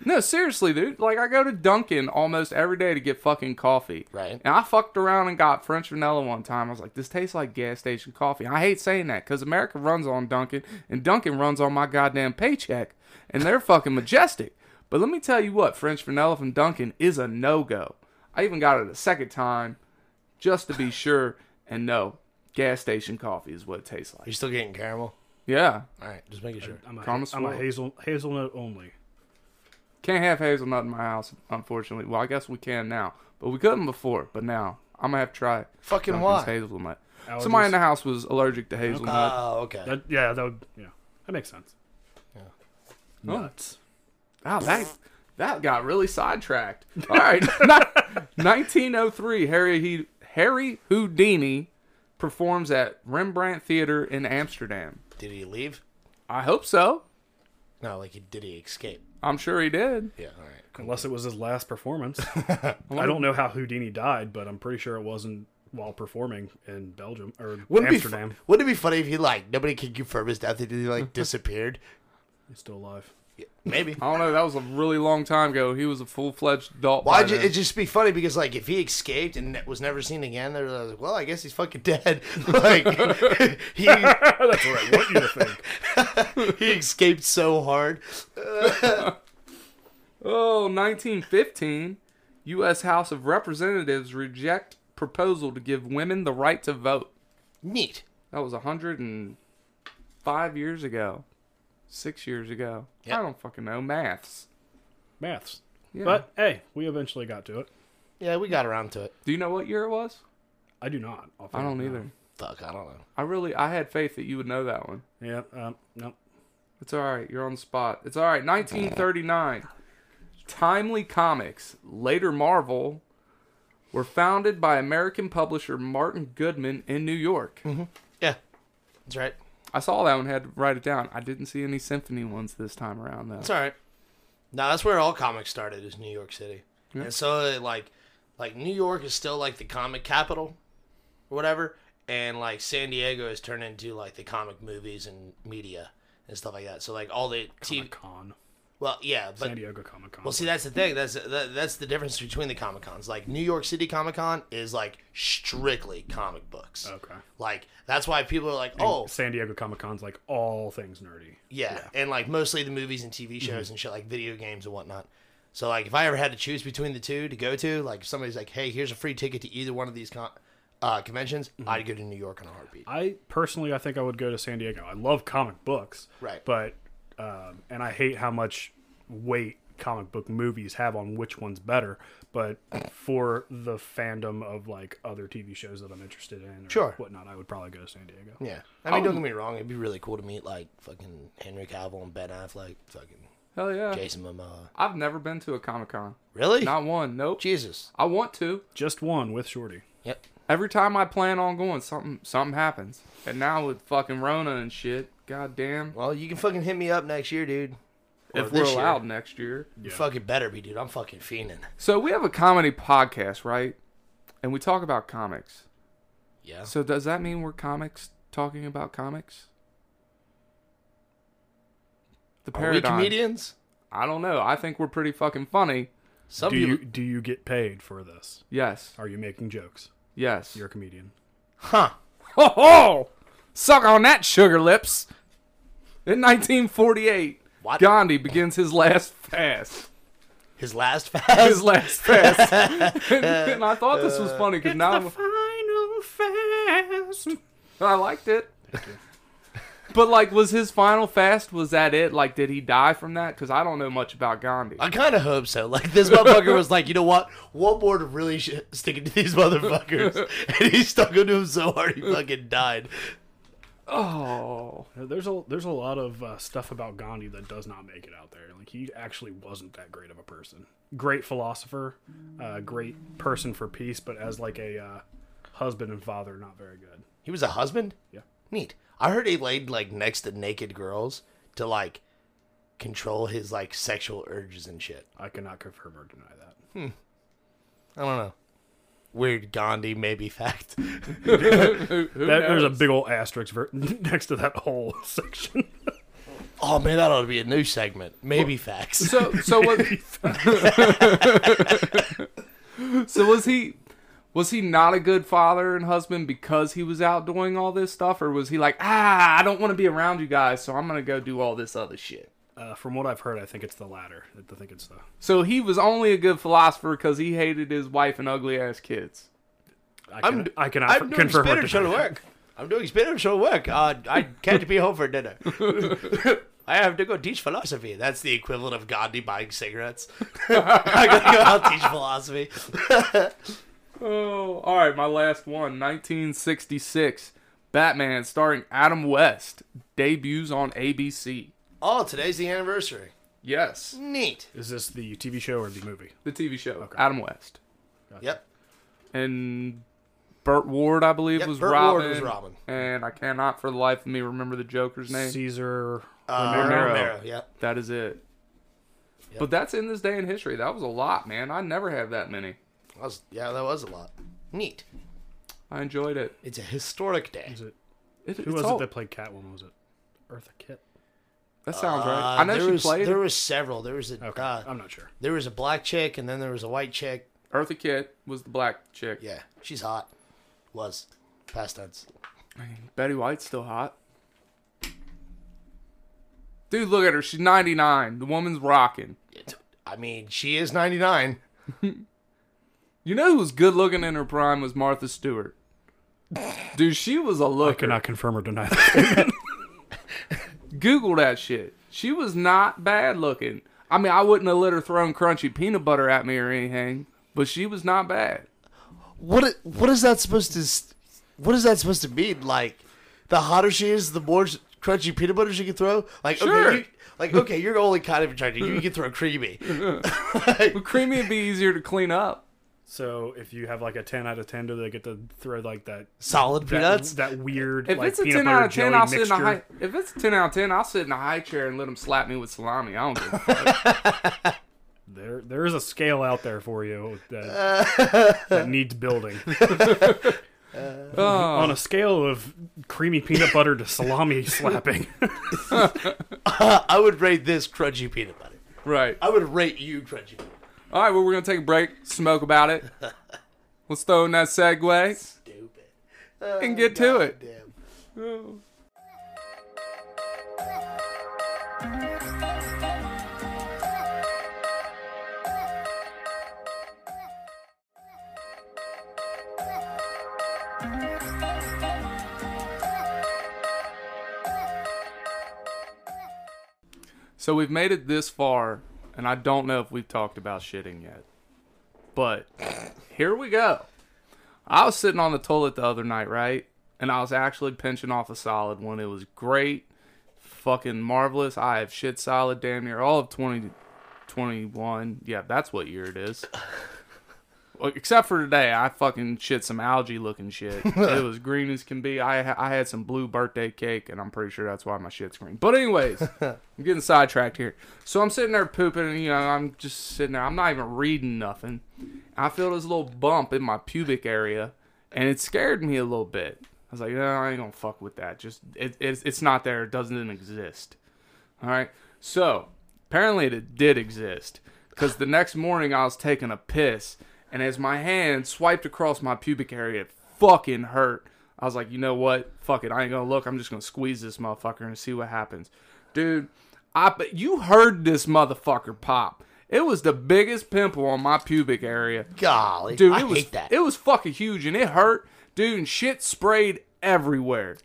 [SPEAKER 1] No, seriously, dude. Like I go to Dunkin' almost every day to get fucking coffee.
[SPEAKER 2] Right.
[SPEAKER 1] And I fucked around and got French vanilla one time. I was like, this tastes like gas station coffee. And I hate saying that because America runs on Dunkin' and Dunkin' runs on my goddamn paycheck. And they're fucking majestic. But let me tell you what, French vanilla from Dunkin' is a no go. I even got it a second time just to be sure. And no, gas station coffee is what it tastes
[SPEAKER 2] You're
[SPEAKER 1] like.
[SPEAKER 2] still getting caramel.
[SPEAKER 1] Yeah.
[SPEAKER 2] All right, just making sure.
[SPEAKER 3] I'm a,
[SPEAKER 1] Promise
[SPEAKER 3] I'm a
[SPEAKER 1] world.
[SPEAKER 3] hazel hazelnut only.
[SPEAKER 1] Can't have hazelnut in my house, unfortunately. Well, I guess we can now, but we couldn't before. But now I'm gonna have to try
[SPEAKER 2] Fucking
[SPEAKER 1] Dunkin's
[SPEAKER 2] why?
[SPEAKER 1] hazelnut. Somebody in the house was allergic to hazelnut.
[SPEAKER 2] Oh, okay.
[SPEAKER 3] That yeah, that would yeah, that makes sense.
[SPEAKER 1] Oh.
[SPEAKER 3] Nuts.
[SPEAKER 1] Wow, that that got really sidetracked. All right, Ni- 1903, Harry he- Harry Houdini performs at Rembrandt Theater in Amsterdam.
[SPEAKER 2] Did he leave?
[SPEAKER 1] I hope so.
[SPEAKER 2] No, like he did he escape?
[SPEAKER 1] I'm sure he did.
[SPEAKER 2] Yeah. All right. Cool.
[SPEAKER 3] Unless it was his last performance. I don't know how Houdini died, but I'm pretty sure it wasn't while performing in Belgium or
[SPEAKER 2] Wouldn't It
[SPEAKER 3] Amsterdam.
[SPEAKER 2] be fu- wouldn't it be funny if he like nobody could confirm his death? He just, like disappeared.
[SPEAKER 3] He's still alive.
[SPEAKER 2] Yeah, Maybe.
[SPEAKER 3] Oh,
[SPEAKER 1] I don't know. That was a really long time ago. He was a full fledged adult. by
[SPEAKER 2] Why'd you,
[SPEAKER 1] then.
[SPEAKER 2] it'd just be funny because like if he escaped and was never seen again, they're like, well, I guess he's fucking dead. Like he
[SPEAKER 3] That's what I want you to think.
[SPEAKER 2] he escaped so hard.
[SPEAKER 1] Oh, 1915, U.S. House of Representatives reject proposal to give women the right to vote.
[SPEAKER 2] Neat.
[SPEAKER 1] That was 105 years ago, six years ago.
[SPEAKER 2] Yep.
[SPEAKER 1] I don't fucking know maths.
[SPEAKER 3] Maths.
[SPEAKER 1] Yeah.
[SPEAKER 3] But hey, we eventually got to it.
[SPEAKER 2] Yeah, we got around to it.
[SPEAKER 1] do you know what year it was?
[SPEAKER 3] I do not. I'll
[SPEAKER 1] I
[SPEAKER 3] figure
[SPEAKER 1] don't
[SPEAKER 3] it
[SPEAKER 1] either.
[SPEAKER 2] Fuck, I don't know.
[SPEAKER 1] I really, I had faith that you would know that one.
[SPEAKER 3] out. Yeah. Um, no.
[SPEAKER 1] It's all right. You're on the spot. It's all right. 1939. Timely Comics, later Marvel, were founded by American publisher Martin Goodman in New York.
[SPEAKER 2] Yeah, that's right.
[SPEAKER 1] I saw that one, had to write it down. I didn't see any symphony ones this time around, though.
[SPEAKER 2] That's all right. No, that's where all comics started is New York City, and so like like New York is still like the comic capital, or whatever, and like San Diego has turned into like the comic movies and media and stuff like that. So like all the TV,
[SPEAKER 3] Comic Con.
[SPEAKER 2] well, yeah, but
[SPEAKER 3] San Diego Comic Con.
[SPEAKER 2] Well, see, that's the thing. That's that, that's the difference between the Comic Cons. Like New York City Comic Con is like strictly comic books.
[SPEAKER 3] Okay.
[SPEAKER 2] Like that's why people are like, oh,
[SPEAKER 3] San Diego Comic Con's like all things nerdy.
[SPEAKER 2] yeah. and like mostly the movies and TV shows and shit, like video games and whatnot. So like, if I ever had to choose between the two to go to, like, if somebody's like, hey, here's a free ticket to either one of these con- uh, conventions, I'd go to New York on a heartbeat.
[SPEAKER 3] I personally, I think I would go to San Diego. I love comic books,
[SPEAKER 2] Right.
[SPEAKER 3] But um, and I hate how much weight comic book movies have on which one's better. But for the fandom of like other TV shows that I'm interested in, or
[SPEAKER 2] Sure.
[SPEAKER 3] whatnot, I would probably go to San Diego.
[SPEAKER 2] Yeah, I mean, don't get me wrong. It'd be really cool to meet like fucking Henry Cavill and Ben Affleck, fucking
[SPEAKER 1] Hell yeah.
[SPEAKER 2] Jason Momoa.
[SPEAKER 1] I've never been to a Comic Con.
[SPEAKER 2] Really?
[SPEAKER 1] Not one. Nope.
[SPEAKER 2] Jesus.
[SPEAKER 1] I want to.
[SPEAKER 3] Just one with Shorty.
[SPEAKER 2] Yep.
[SPEAKER 1] Every time I plan on going, something something happens. And now with fucking Rona and shit, goddamn.
[SPEAKER 2] Well, you can fucking hit me up next year, dude. Or
[SPEAKER 1] If we're
[SPEAKER 2] this year.
[SPEAKER 1] allowed next year.
[SPEAKER 2] You fucking better be, dude. I'm fucking fiending.
[SPEAKER 1] So we have a comedy podcast, right? And we talk about comics.
[SPEAKER 2] Yeah.
[SPEAKER 1] So does that mean we're comics talking about comics? The
[SPEAKER 2] Are we
[SPEAKER 1] paradigm.
[SPEAKER 2] comedians?
[SPEAKER 1] I don't know. I think we're pretty fucking funny.
[SPEAKER 2] Some
[SPEAKER 3] Do you
[SPEAKER 2] people.
[SPEAKER 3] do you get paid for this?
[SPEAKER 1] Yes.
[SPEAKER 3] Are you making jokes?
[SPEAKER 1] Yes.
[SPEAKER 3] You're a comedian.
[SPEAKER 2] Huh.
[SPEAKER 1] Ho ho! Suck on that, sugar lips. In 1948,
[SPEAKER 2] What?
[SPEAKER 1] Gandhi begins his last fast.
[SPEAKER 2] His last fast.
[SPEAKER 1] His last fast. and, I thought this was funny because now.
[SPEAKER 3] final fast.
[SPEAKER 1] I liked it. But like, was his final fast? Was that it? Like, did he die from that? Because I don't know much about Gandhi.
[SPEAKER 2] I kind of hope so. Like this motherfucker was like, you know what? One more to really sh- stick it to these motherfuckers, and he stuck into him so hard he fucking died.
[SPEAKER 1] Oh,
[SPEAKER 3] There's a there's a lot of uh, stuff about Gandhi that does not make it out there. Like he actually wasn't that great of a person. Great philosopher, uh, great person for peace, but as like a uh, husband and father, not very good.
[SPEAKER 2] He was a husband.
[SPEAKER 3] Yeah.
[SPEAKER 2] Neat. I heard he laid like next to naked girls to like control his like sexual urges and shit.
[SPEAKER 3] I cannot confirm or deny that.
[SPEAKER 2] I don't know. Weird Gandhi maybe fact.
[SPEAKER 1] Who- who
[SPEAKER 3] that there's a
[SPEAKER 1] knows?
[SPEAKER 3] big old asterisk ver- next to that whole section.
[SPEAKER 2] Oh man, that ought to be a new segment. Maybe facts.
[SPEAKER 1] So, so what? so was he? Was he not a good father and husband because he was out doing all this stuff, or was he like, ah, I don't want to be around you guys, so I'm gonna go do all this other shit?
[SPEAKER 3] Uh, from what I've heard, I think it's the latter. I think it's the
[SPEAKER 1] So he was only a good philosopher because he hated his wife and ugly ass kids.
[SPEAKER 3] I
[SPEAKER 2] I'm
[SPEAKER 3] can I cannot
[SPEAKER 2] I'm
[SPEAKER 3] f-
[SPEAKER 2] doing
[SPEAKER 3] confirm or
[SPEAKER 2] spiritual
[SPEAKER 3] deny that.
[SPEAKER 2] work. I'm doing spiritual work. Uh, I can't be home for dinner. I have to go teach philosophy. That's the equivalent of Gandhi buying cigarettes. I gotta go out teach philosophy.
[SPEAKER 1] Oh, all right, my last one. 1966, Batman starring Adam West debuts on ABC.
[SPEAKER 2] Oh, today's the anniversary.
[SPEAKER 1] Yes,
[SPEAKER 2] Neat.
[SPEAKER 3] Is this the TV show or the movie?
[SPEAKER 1] the TV show Adam West
[SPEAKER 2] Yep.
[SPEAKER 1] and Burt Ward, I believe,
[SPEAKER 2] Yep,
[SPEAKER 1] was
[SPEAKER 2] Burt
[SPEAKER 1] Robin.
[SPEAKER 2] Ward was Robin.
[SPEAKER 1] And I cannot for the life of me remember the Joker's name.
[SPEAKER 3] Caesar.
[SPEAKER 2] Uh,
[SPEAKER 1] Romero.
[SPEAKER 2] Yep.
[SPEAKER 1] That is it. But that's in this day in history. That was a lot, man. I never have that many.
[SPEAKER 2] That was, yeah, that was a lot. Neat.
[SPEAKER 1] I enjoyed it.
[SPEAKER 2] It's a historic day.
[SPEAKER 3] Is it,
[SPEAKER 1] It-
[SPEAKER 3] who
[SPEAKER 1] it's
[SPEAKER 3] was
[SPEAKER 1] all-
[SPEAKER 3] it that played Catwoman? Was it Eartha Kitt?
[SPEAKER 1] that sounds
[SPEAKER 2] Uh,
[SPEAKER 1] right. I know
[SPEAKER 2] there
[SPEAKER 1] she
[SPEAKER 2] was,
[SPEAKER 1] played
[SPEAKER 2] There was several. There was a
[SPEAKER 3] Okay,
[SPEAKER 2] uh,
[SPEAKER 3] I'm not sure.
[SPEAKER 2] there was a black chick, and then there was a white chick.
[SPEAKER 1] Eartha Kitt was the black chick.
[SPEAKER 2] Yeah, she's hot. Was past tense.
[SPEAKER 1] Betty White's still hot. Dude, look at her. She's 99. The woman's rocking.
[SPEAKER 2] It's- I mean, she is 99.
[SPEAKER 1] You know who was good looking in her prime was Martha Stewart. Dude, she was a
[SPEAKER 3] I
[SPEAKER 1] looker.
[SPEAKER 3] cannot confirm or deny that.
[SPEAKER 1] Google that shit. She was not bad looking. I mean, I wouldn't have let her throw crunchy peanut butter at me or anything, but she was not bad.
[SPEAKER 2] What i- what is that supposed to s- what is that supposed to mean? Like the hotter she is, the more s- crunchy peanut butter she can throw? Like
[SPEAKER 1] Sure.
[SPEAKER 2] okay, you, like okay, you're only kind of attracted. You can throw creamy.
[SPEAKER 1] But creamy would be easier to clean up.
[SPEAKER 3] so if you have like a 10 out of 10, do they get to throw like that?
[SPEAKER 2] Solid
[SPEAKER 3] That,
[SPEAKER 2] peanuts.
[SPEAKER 3] that weird.
[SPEAKER 1] If
[SPEAKER 3] like,
[SPEAKER 1] it's a
[SPEAKER 3] peanut
[SPEAKER 1] ten
[SPEAKER 3] butter
[SPEAKER 1] out of ten,
[SPEAKER 3] jelly
[SPEAKER 1] I'll sit in
[SPEAKER 3] mixture.
[SPEAKER 1] a high. If it's a ten out of ten, I'll sit in a high chair and let them slap me with salami. I don't give a fuck.
[SPEAKER 3] There, there is a scale out there for you that, that needs building. On
[SPEAKER 1] Oh.
[SPEAKER 3] a scale of creamy peanut butter to salami slapping,
[SPEAKER 2] I would rate this crunchy peanut butter.
[SPEAKER 1] right.
[SPEAKER 2] I would rate you crunchy. Peanut butter.
[SPEAKER 1] All right. Well, we're gonna take a break. Smoke about it. Let's throw in that segue
[SPEAKER 2] Stupid.
[SPEAKER 1] and get to it.
[SPEAKER 2] Damn.
[SPEAKER 1] So we've made it this far, and I don't know if we've talked about shitting yet. But here we go. I was sitting on the toilet the other night, right? And I was actually pinching off a solid one. It was great, fucking marvelous. I have shit solid damn near all of 2021. yeah, that's what year it is. Well, Except for today, I fucking shit some algae looking shit. it was green as can be. I ha- I had some blue birthday cake, and I'm pretty sure that's why my shit's green. But anyways, I'm getting sidetracked here. So I'm sitting there pooping, and you know I'm just sitting there. I'm not even reading nothing. I feel this little bump in my pubic area, and it scared me a little bit. I was like, no, I ain't gonna fuck with that. Just it, it's it's not there. It doesn't exist. All right. So apparently it did exist because the next morning I was taking a piss, and as my hand swiped across my pubic area, it fucking hurt. I was like, you know what? Fuck it. I ain't gonna look. I'm just gonna squeeze this motherfucker and see what happens, dude. I but you heard this motherfucker pop. It was the biggest pimple on my pubic area
[SPEAKER 2] Golly,
[SPEAKER 1] dude,
[SPEAKER 2] I
[SPEAKER 1] it was
[SPEAKER 2] hate that.
[SPEAKER 1] it was fucking huge and it hurt, dude. And shit sprayed everywhere.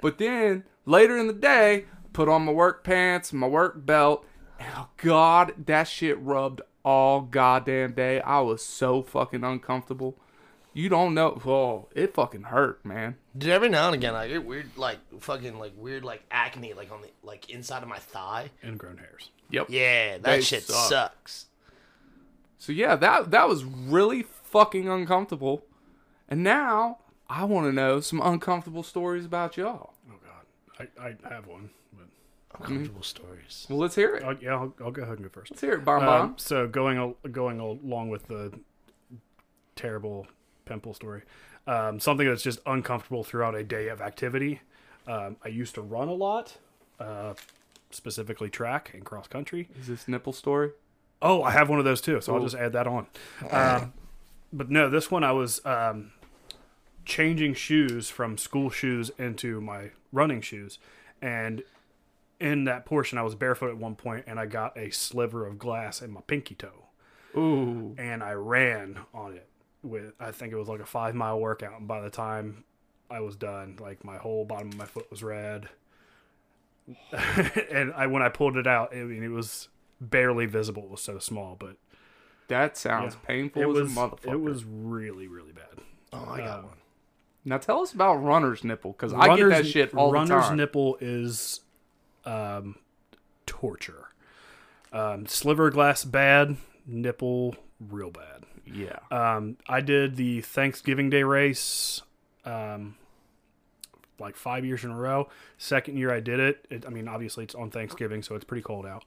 [SPEAKER 1] But then later in the day, put on my work pants, my work belt. And oh God, that shit rubbed all goddamn day. I was so fucking uncomfortable. You don't know. Oh, it fucking hurt, man.
[SPEAKER 2] Dude, every now and again I get weird, like fucking, like weird, like acne, like on the like inside of my thigh.
[SPEAKER 3] Ingrown hairs.
[SPEAKER 1] Yep.
[SPEAKER 2] Yeah, that
[SPEAKER 1] They
[SPEAKER 2] shit
[SPEAKER 1] suck.
[SPEAKER 2] sucks.
[SPEAKER 1] So yeah, that that was really fucking uncomfortable. And now I want to know some uncomfortable stories about y'all.
[SPEAKER 3] Oh God, I, I have one. But,
[SPEAKER 2] Uncomfortable stories.
[SPEAKER 1] Well, let's hear it.
[SPEAKER 3] uh, yeah, I'll, I'll go ahead and go first.
[SPEAKER 1] Let's hear it, bomb
[SPEAKER 3] Um,
[SPEAKER 1] bomb.
[SPEAKER 3] so going al- going along with the terrible pimple story, um, something that's just uncomfortable throughout a day of activity. Um, I used to run a lot, uh, specifically track and cross country.
[SPEAKER 1] Is this nipple story?
[SPEAKER 3] Oh, I have one of those too, so I'll just add that on. Um, but no, this one I was um, changing shoes from school shoes into my running shoes, and in that portion, I was barefoot at one point, and I got a sliver of glass in my pinky toe,
[SPEAKER 1] Ooh,
[SPEAKER 3] and I ran on it with I think it was like a five mile workout, and by the time I was done, like my whole bottom of my foot was red, and I when I pulled it out, I mean it was barely visible. It was so small, but
[SPEAKER 1] that sounds painful
[SPEAKER 3] it
[SPEAKER 1] as
[SPEAKER 3] was
[SPEAKER 1] a motherfucker.
[SPEAKER 3] it was really really bad.
[SPEAKER 2] Oh, I got one.
[SPEAKER 1] Now tell us about runner's nipple because I get that shit all
[SPEAKER 3] runner's
[SPEAKER 1] the time.
[SPEAKER 3] nipple is um, torture. Um, sliver glass bad, nipple real bad.
[SPEAKER 1] yeah.
[SPEAKER 3] Um, I did the Thanksgiving Day race, um, like five years in a row. Second year I did it. it. I mean, obviously it's on Thanksgiving, so it's pretty cold out.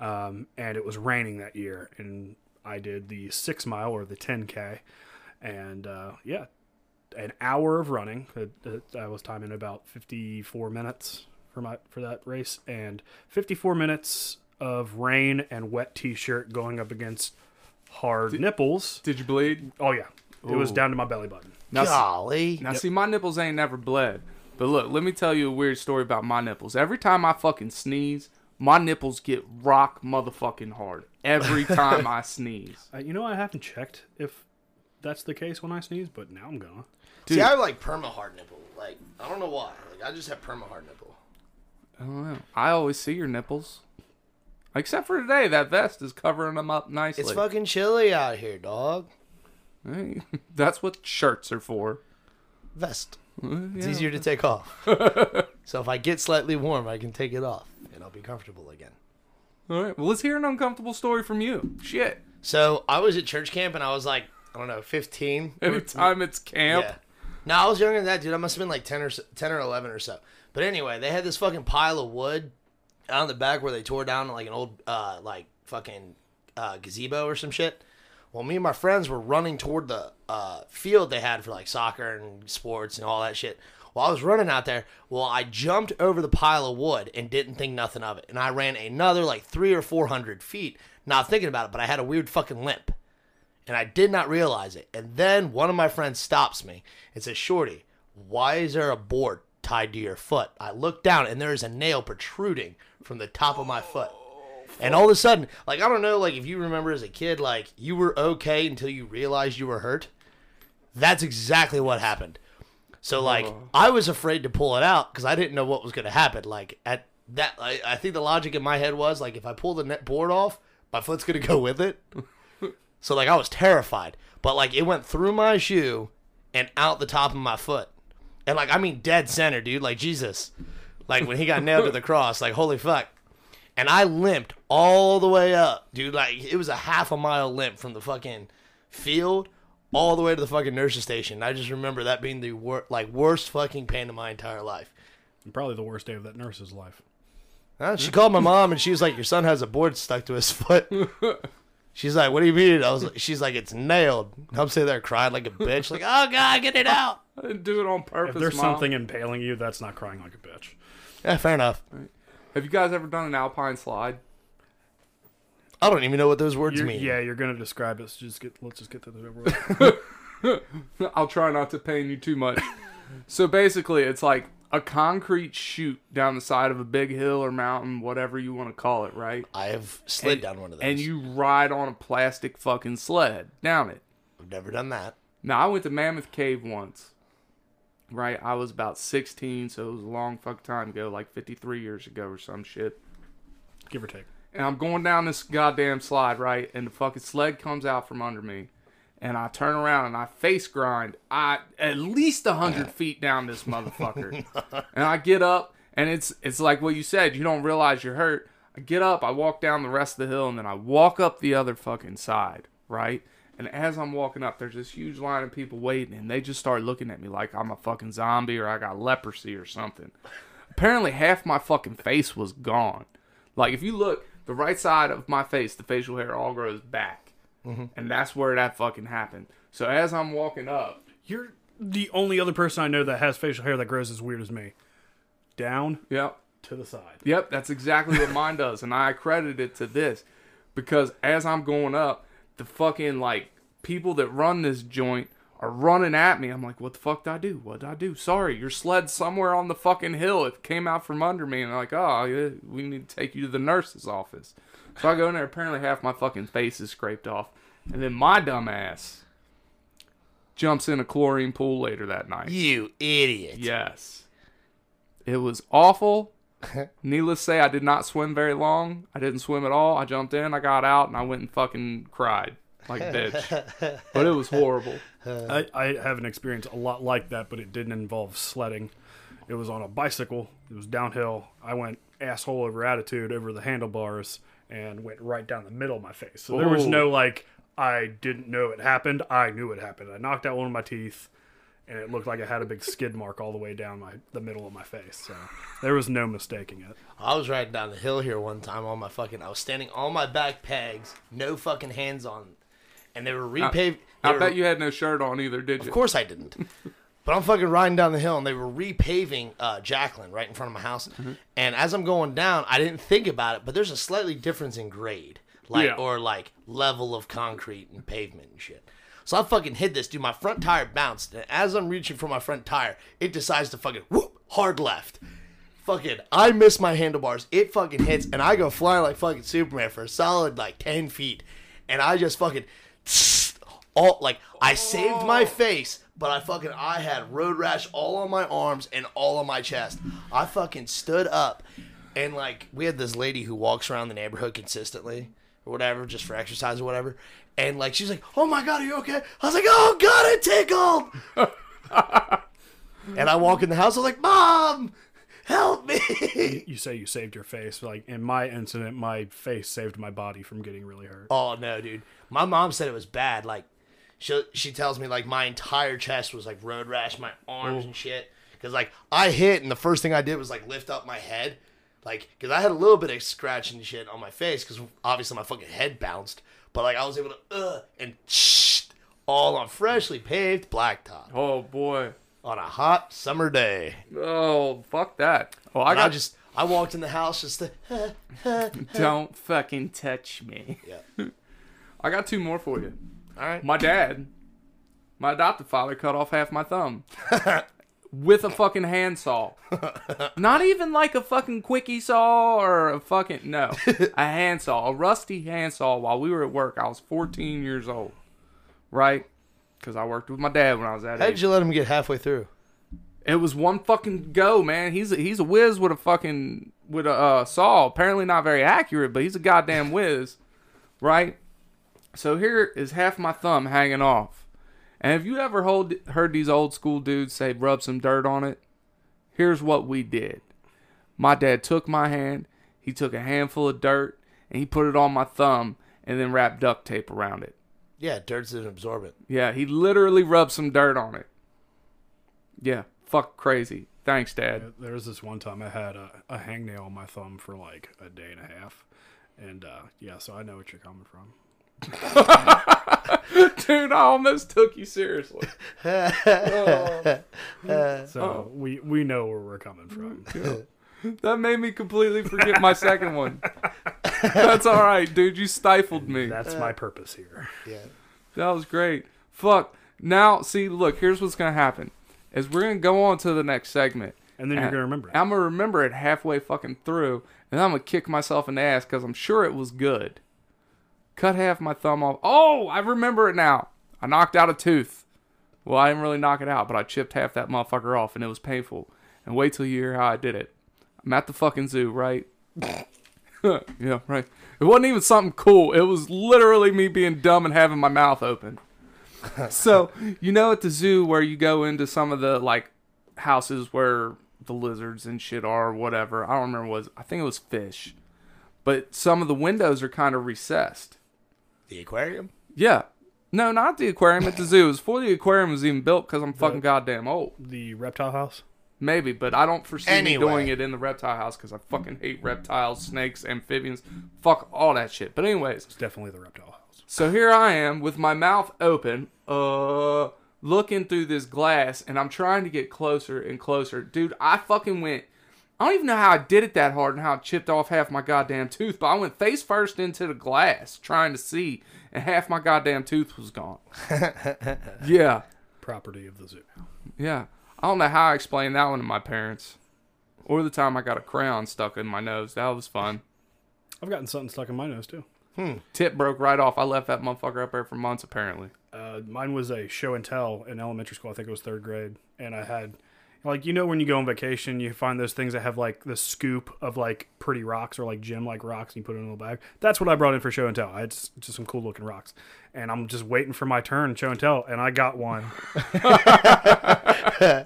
[SPEAKER 3] Um, and it was raining that year, and I did the six mile or the ten k, and uh, yeah, an hour of running. It, it, I was timing about fifty four minutes for my for that race, and fifty four minutes of rain and wet t shirt going up against hard nipples.
[SPEAKER 1] Did you bleed?
[SPEAKER 3] Oh yeah, it was
[SPEAKER 1] Ooh.
[SPEAKER 3] down to my belly button.
[SPEAKER 1] Now,
[SPEAKER 2] Golly.
[SPEAKER 1] Now, see, my nipples ain't never bled. But look, let me tell you a weird story about my nipples. Every time I fucking sneeze, my nipples get rock motherfucking hard. Every time I sneeze.
[SPEAKER 3] Uh, you know, I haven't checked if that's the case when I sneeze, but now I'm gonna.
[SPEAKER 2] See, I have like perma hard nipple. Like I don't know why. Like I just have perma hard nipple.
[SPEAKER 1] I don't know. I always see your nipples. Except for today, that vest is covering them up nicely.
[SPEAKER 2] It's fucking chilly out here, dog.
[SPEAKER 1] Hey, That's what shirts are for.
[SPEAKER 2] Vest.
[SPEAKER 1] Uh,
[SPEAKER 2] It's
[SPEAKER 1] yeah.
[SPEAKER 2] easier to take off. so if I get slightly warm, I can take it off and I'll be comfortable again.
[SPEAKER 1] All right. Well, let's hear an uncomfortable story from you. Shit.
[SPEAKER 2] So I was at church camp and I was like, I don't know, 15.
[SPEAKER 1] Every time it's camp.
[SPEAKER 2] Yeah. No, I was younger than that, dude. I must have been like 10 or so, 10 or 11 or so. But anyway, they had this fucking pile of wood out in the back where they tore down like an old uh like fucking uh, gazebo or some shit. Well, me and my friends were running toward the uh, field they had for like soccer and sports and all that shit. Well, I was running out there. Well, I jumped over the pile of wood and didn't think nothing of it. And I ran another like three or four hundred feet, not thinking about it. But I had a weird fucking limp and I did not realize it. And then one of my friends stops me and says, Shorty, why is there a board tied to your foot? I look down and there is a nail protruding from the top of my foot. And all of a sudden, like, I don't know, like, if you remember as a kid, like, you were okay until you realized you were hurt. That's exactly what happened. So, like, I was afraid to pull it out because I didn't know what was going to happen. Like, at that, I, I think the logic in my head was, like, if I pull the net board off, my foot's going to go with it. So like I was terrified, but like it went through my shoe and out the top of my foot. And like I mean dead center, dude, like Jesus. Like when he got nailed to the cross, like holy fuck. And I limped all the way up, dude, like it was a half a mile limp from the fucking field all the way to the fucking nurse's station. I just remember that being the wor- like worst fucking pain of my entire life.
[SPEAKER 3] And probably the worst day of that nurse's life.
[SPEAKER 2] Huh? She called my mom and she was like, "Your son has a board stuck to his foot." She's like, "What do you mean?" I was. Like, she's like, "It's nailed." I'm sitting there crying like a bitch, like, "Oh God, get it out!"
[SPEAKER 1] I didn't do it on purpose.
[SPEAKER 3] If there's
[SPEAKER 1] Mom.
[SPEAKER 3] something impaling you, that's not crying like a bitch.
[SPEAKER 2] Yeah, fair enough.
[SPEAKER 1] Have you guys ever done an alpine slide?
[SPEAKER 2] I don't even know what those words
[SPEAKER 3] You're-
[SPEAKER 2] mean.
[SPEAKER 3] yeah, you're gonna describe it. So just get. Let's just get to the over with.
[SPEAKER 1] I'll try not to pain you too much. so basically, it's like a concrete chute down the side of a big hill or mountain, whatever you want to call it, right?
[SPEAKER 2] I have slid down one of those.
[SPEAKER 1] And you ride on a plastic fucking sled down it.
[SPEAKER 2] I've never done that.
[SPEAKER 1] Now, I went to Mammoth Cave once. right? I was about 16, so it was a long fuck time ago, like 53 years ago or some shit.
[SPEAKER 3] give or take.
[SPEAKER 1] And I'm going down this goddamn slide, right? And the fucking sled comes out from under me. And I turn around and I face grind. I at least a hundred feet down this motherfucker. and I get up and it's it's like what you said. You don't realize you're hurt. I get up, I walk down the rest of the hill, and then I walk up the other fucking side, right? And as I'm walking up, there's this huge line of people waiting, and they just start looking at me like I'm a fucking zombie or I got leprosy or something. Apparently, half my fucking face was gone. Like if you look, the right side of my face, the facial hair all grows back, and that's where that fucking happened. So as I'm walking up,
[SPEAKER 3] You're the only other person I know that has facial hair that grows as weird as me. Down
[SPEAKER 1] yep,
[SPEAKER 3] to the side.
[SPEAKER 1] Yep, that's exactly what mine does, and I accredit it to this because as I'm going up, the fucking like people that run this joint are running at me. I'm like, what the fuck did I do? What did I do? Sorry, your sled's somewhere on the fucking hill. It came out from under me, and they're like, oh, yeah, we need to take you to the nurse's office. So I go in there. Apparently, half my fucking face is scraped off, and then my dumb ass jumps in a chlorine pool later that night.
[SPEAKER 2] You idiot.
[SPEAKER 1] Yes. It was awful. Needless to say, I did not swim very long. I didn't swim at all. I jumped in, I got out, and I went and fucking cried like a bitch. but it was horrible.
[SPEAKER 3] I, I have an experience a lot like that, but it didn't involve sledding. It was on a bicycle. It was downhill. I went asshole over attitude over the handlebars and went right down the middle of my face. So there was
[SPEAKER 1] Ooh.
[SPEAKER 3] no like I didn't know it happened. I knew it happened. I knocked out one of my teeth, and it looked like I had a big skid mark all the way down my the middle of my face. So there was no mistaking it.
[SPEAKER 2] I was riding down the hill here one time on my fucking. I was standing on my back pegs, no fucking hands on, and they were repaved.
[SPEAKER 1] I
[SPEAKER 2] they were-
[SPEAKER 1] bet you had no shirt on either, did you?
[SPEAKER 2] Of course I didn't. But I'm fucking riding down the hill, and they were repaving uh, Jacqueline right in front of my house. And as I'm going down, I didn't think about it, but there's a slightly difference in grade, like
[SPEAKER 1] Yeah.
[SPEAKER 2] or like level of concrete and pavement and shit. So I fucking hit this dude. My front tire bounced, and as I'm reaching for my front tire, it decides to fucking whoop hard left. Fucking, I miss my handlebars. It fucking hits, and I go flying like fucking Superman for a solid like ten feet, and I just fucking all like I saved my face, but I fucking I had road rash all on my arms and all on my chest. I fucking stood up and like we had this lady who walks around the neighborhood consistently or whatever, just for exercise or whatever. And like she's like, Oh my god, are you okay? I was like, Oh god, it tickled And I walk in the house, I was like, Mom, help me
[SPEAKER 3] You say you saved your face. Like in my incident, my face saved my body from getting really hurt.
[SPEAKER 2] Oh no, dude. My mom said it was bad. Like she she tells me like my entire chest was like road rash, my arms and shit. Cause like I hit and the first thing I did was like lift up my head, like cause I had a little bit of scratch and shit on my face because obviously my fucking head bounced. But like I was able to uh and all on freshly paved blacktop
[SPEAKER 1] Oh boy.
[SPEAKER 2] on a hot summer day.
[SPEAKER 1] Oh fuck that. Oh, I
[SPEAKER 2] And I
[SPEAKER 1] got
[SPEAKER 2] just I walked in the house just to,
[SPEAKER 1] don't fucking touch me.
[SPEAKER 2] yeah.
[SPEAKER 1] I got two more for you.
[SPEAKER 2] All right.
[SPEAKER 1] My dad, my adoptive father, cut off half my thumb with a fucking handsaw. Not even like a fucking quickie saw or a fucking no, a handsaw, a rusty handsaw. While we were at work, I was 14 years old, right? Because I worked with my dad when I was that
[SPEAKER 2] How
[SPEAKER 1] age.
[SPEAKER 2] did you let him get halfway through?
[SPEAKER 1] It was one fucking go, man. He's a, he's a whiz with a fucking with a uh, saw. Apparently not very accurate, but he's a goddamn whiz, right? So here is half my thumb hanging off. And have you ever hold, heard these old school dudes say rub some dirt on it? Here's what we did. My dad took my hand, he took a handful of dirt, and he put it on my thumb and then wrapped duct tape around it.
[SPEAKER 2] Yeah, dirt's an absorbent.
[SPEAKER 1] Yeah, he literally rubbed some dirt on it. Yeah, fuck crazy. Thanks, Dad.
[SPEAKER 3] There was this one time I had a, a hangnail on my thumb for like a day and a half. And uh, yeah, so I know what you're coming from.
[SPEAKER 1] Dude, I almost took you seriously. Oh,
[SPEAKER 3] So we, we know where we're coming from.
[SPEAKER 1] that made me completely forget my second one. That's all right, dude. You stifled me.
[SPEAKER 3] That's my purpose here.
[SPEAKER 2] Yeah.
[SPEAKER 1] That was great. Fuck. Now, see, look, here's what's going to happen. Is we're going to go on to the next segment.
[SPEAKER 3] And then you're going to remember it.
[SPEAKER 1] I'm going to remember it halfway fucking through, and I'm going to kick myself in the ass because I'm sure it was good. Cut half my thumb off. Oh, I remember it now. I knocked out a tooth. Well, I didn't really knock it out, but I chipped half that motherfucker off, and it was painful. And wait till you hear how I did it. I'm at the fucking zoo, right? yeah, right. It wasn't even something cool. It was literally me being dumb and having my mouth open. so you know, at the zoo where you go into some of the like houses where the lizards and shit are, or whatever. I don't remember what it was. I think it was fish, but some of the windows are kind of recessed.
[SPEAKER 2] The aquarium?
[SPEAKER 1] Yeah. No, not the aquarium at the zoo. It was before the aquarium was even built because I'm fucking goddamn old.
[SPEAKER 3] The reptile house.
[SPEAKER 1] Maybe, but I don't foresee me
[SPEAKER 2] Anyway.
[SPEAKER 1] doing it in the reptile house because I fucking hate reptiles, snakes, amphibians, fuck all that shit. But anyways,
[SPEAKER 3] It's definitely the reptile house.
[SPEAKER 1] so here I am with my mouth open, uh, looking through this glass, and I'm trying to get closer and closer. Dude, I fucking went. I don't even know how I did it that hard and how I chipped off half my goddamn tooth, but I went face first into the glass trying to see, and half my goddamn tooth was gone. yeah,
[SPEAKER 3] Property of the zoo.
[SPEAKER 1] yeah. I don't know how I explained that one to my parents. Or the time I got a crayon stuck in my nose. That was fun.
[SPEAKER 3] I've gotten something stuck in my nose too.
[SPEAKER 1] Tip broke right off. I left that motherfucker up there for months, apparently.
[SPEAKER 3] Uh, mine was a show and tell in elementary school. I think it was third grade, and I had like you know when you go on vacation, you find those things that have like the scoop of like pretty rocks or like gem like rocks, and you put it in a little bag. That's what I brought in for show and tell. I had s- just some cool looking rocks, and I'm just waiting for my turn in show and tell, and I got one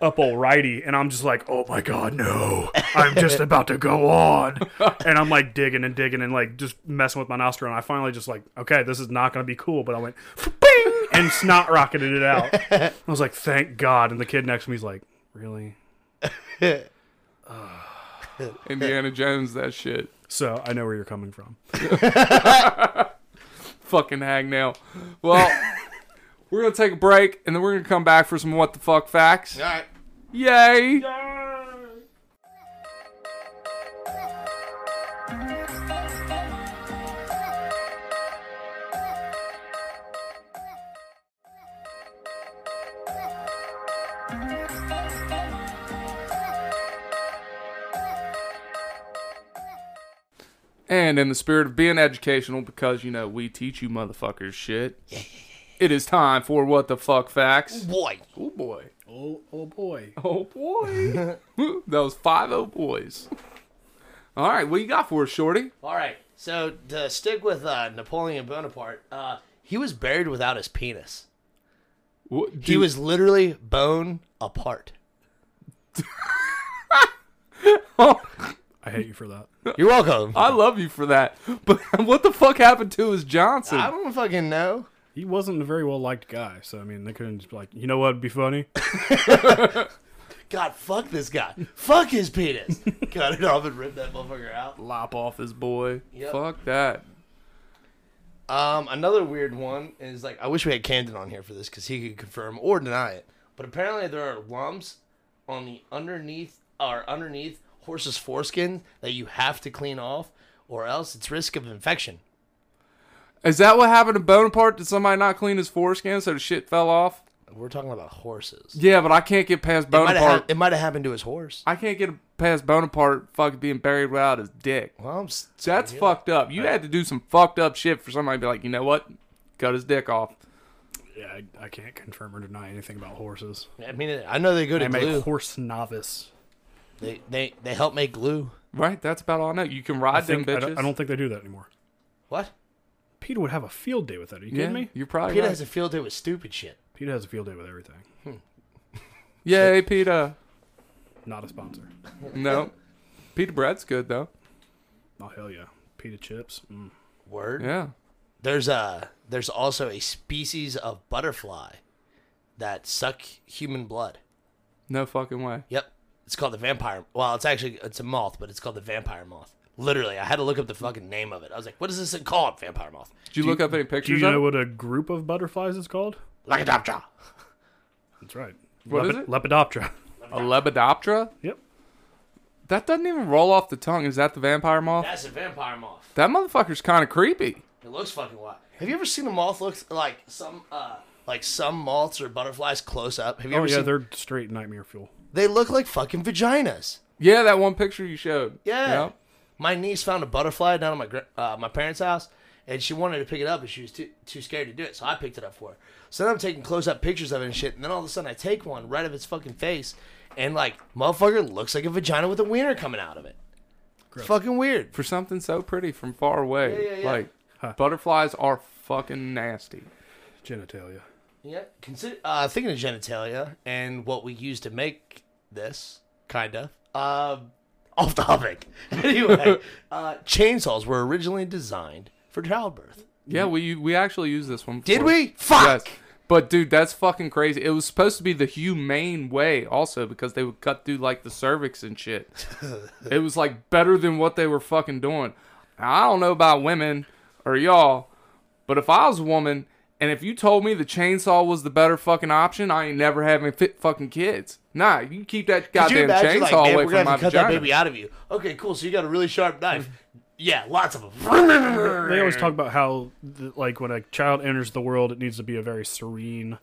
[SPEAKER 3] up all righty, and I'm just like, oh my god, no, I'm just about to go on, and I'm like digging and digging and like just messing with my nostril, and I finally just like, okay, this is not gonna be cool, but I went. Bing! and snot rocketed it out. I was like, thank God. And the kid next to me's like, really?
[SPEAKER 1] Indiana Jones, that shit.
[SPEAKER 3] So I know where you're coming from.
[SPEAKER 1] Fucking hagnail. Well, we're going to take a break and then we're going to come back for some what the fuck facts.
[SPEAKER 2] All right.
[SPEAKER 1] Yay! And in the spirit of being educational, because, you know, we teach you motherfuckers shit, it is time for what the fuck facts.
[SPEAKER 2] Boy.
[SPEAKER 1] Oh boy.
[SPEAKER 3] Oh, oh boy.
[SPEAKER 1] Oh boy. Those five oh boys. All right, what you got for us, Shorty?
[SPEAKER 2] All right. So to stick with uh, Napoleon Bonaparte, uh, he was buried without his penis.
[SPEAKER 1] What,
[SPEAKER 2] He was literally bone apart.
[SPEAKER 3] I hate you for that.
[SPEAKER 2] You're welcome.
[SPEAKER 1] I love you for that. But what the fuck happened to his Johnson?
[SPEAKER 2] I don't fucking know.
[SPEAKER 3] He wasn't a very well liked guy. So, I mean, they couldn't just be like, you know what would be funny?
[SPEAKER 2] God, fuck this guy. fuck his penis. Cut it off and rip that motherfucker out.
[SPEAKER 1] Lop off his boy.
[SPEAKER 2] Yep.
[SPEAKER 1] Fuck that.
[SPEAKER 2] Um, another weird one is like I wish we had Camden on here for this because he could confirm or deny it. But apparently there are lumps on the underneath or underneath horse's foreskin that you have to clean off, or else it's risk of infection.
[SPEAKER 1] Is that what happened to Bonaparte? Did somebody not clean his foreskin so the shit fell off?
[SPEAKER 2] We're talking about horses.
[SPEAKER 1] Yeah, but I can't get past
[SPEAKER 2] It might have
[SPEAKER 1] Bonaparte.
[SPEAKER 2] hap- it might have happened to his horse.
[SPEAKER 1] I can't get past Bonaparte fucking being buried without his dick.
[SPEAKER 2] Well, I'm s-
[SPEAKER 1] That's fucked up. You had to do some fucked up shit for somebody to be like, you know what? Cut his dick off.
[SPEAKER 3] yeah, I, I can't confirm or deny anything about horses.
[SPEAKER 2] I mean, I know they go to
[SPEAKER 3] I'm a
[SPEAKER 2] glue.
[SPEAKER 3] horse novice.
[SPEAKER 2] They, they they help make glue.
[SPEAKER 1] Right? That's about all I know. You can ride
[SPEAKER 3] I, think,
[SPEAKER 1] them bitches.
[SPEAKER 3] I, don't, I don't think they do that anymore.
[SPEAKER 2] What?
[SPEAKER 3] Peter would have a field day with that. Are you
[SPEAKER 1] yeah,
[SPEAKER 3] kidding me?
[SPEAKER 1] You're probably
[SPEAKER 2] Peter
[SPEAKER 1] right.
[SPEAKER 2] has a field day with stupid shit.
[SPEAKER 3] Peter has a field day with everything.
[SPEAKER 1] Yay, Peter.
[SPEAKER 3] Not a sponsor.
[SPEAKER 1] No. Peter bread's good though.
[SPEAKER 3] Oh, hell yeah. Peter chips. Mm.
[SPEAKER 2] Word.
[SPEAKER 1] Yeah.
[SPEAKER 2] There's a there's also a species of butterfly that suck human blood.
[SPEAKER 1] No fucking way.
[SPEAKER 2] Yep. It's called the vampire. Well, it's actually it's a moth, but it's called the vampire moth. Literally, I had to look up the fucking name of it. I was like, "What is this thing called?" Vampire moth.
[SPEAKER 1] Did you look up any
[SPEAKER 3] Do
[SPEAKER 1] pictures
[SPEAKER 3] you
[SPEAKER 1] of
[SPEAKER 3] know
[SPEAKER 1] it?
[SPEAKER 3] what a group of butterflies is called?
[SPEAKER 2] Lagadaptra.
[SPEAKER 3] That's right.
[SPEAKER 1] What is it?
[SPEAKER 3] Lepidoptera.
[SPEAKER 1] a Lepidoptera?
[SPEAKER 3] Yep.
[SPEAKER 1] That doesn't even roll off the tongue. Is that the vampire moth?
[SPEAKER 2] That's a vampire moth.
[SPEAKER 1] That motherfucker's kind of creepy.
[SPEAKER 2] It looks fucking wild. Have you ever seen a moth look like some uh like some moths or butterflies close up? Have you
[SPEAKER 3] Oh
[SPEAKER 2] ever
[SPEAKER 3] yeah,
[SPEAKER 2] seen?
[SPEAKER 3] they're straight nightmare fuel.
[SPEAKER 2] They look like fucking vaginas.
[SPEAKER 1] Yeah, that one picture you showed.
[SPEAKER 2] Yeah.
[SPEAKER 1] Yep.
[SPEAKER 2] My niece found a butterfly down at my gra- uh, my parents' house, and she wanted to pick it up, and she was too, too scared to do it. So I picked it up for her. So then I'm taking close up pictures of it and shit, and then all of a sudden I take one right of its fucking face, and like motherfucker looks like a vagina with a wiener coming out of it. Fucking weird.
[SPEAKER 1] for something so pretty from far away.
[SPEAKER 2] Yeah, yeah, yeah.
[SPEAKER 1] Like butterflies are fucking nasty.
[SPEAKER 3] Genitalia.
[SPEAKER 2] Yeah. Consider uh, thinking of genitalia and what we use to make this kind of um, off topic. anyway, uh, chainsaws were originally designed for childbirth.
[SPEAKER 1] Yeah, we we actually used this one.
[SPEAKER 2] Did
[SPEAKER 1] before.
[SPEAKER 2] we? Fuck.
[SPEAKER 1] But dude, that's fucking crazy. It was supposed to be the humane way also because they would cut through like the cervix and shit. it was like better than what they were fucking doing. Now, I don't know about women or y'all, but if I was a woman and if you told me the chainsaw was the better fucking option, I ain't never having fit fucking kids. Nah, you keep that
[SPEAKER 2] Could
[SPEAKER 1] goddamn
[SPEAKER 2] you imagine,
[SPEAKER 1] chainsaw
[SPEAKER 2] like, man,
[SPEAKER 1] away
[SPEAKER 2] we're gonna
[SPEAKER 1] from
[SPEAKER 2] have
[SPEAKER 1] my
[SPEAKER 2] to cut that
[SPEAKER 1] vagina.
[SPEAKER 2] baby out of you. Okay, cool. So you got a really sharp knife. yeah, lots of them.
[SPEAKER 3] They always talk about how, th like, when a child enters the world, it needs to be a very serene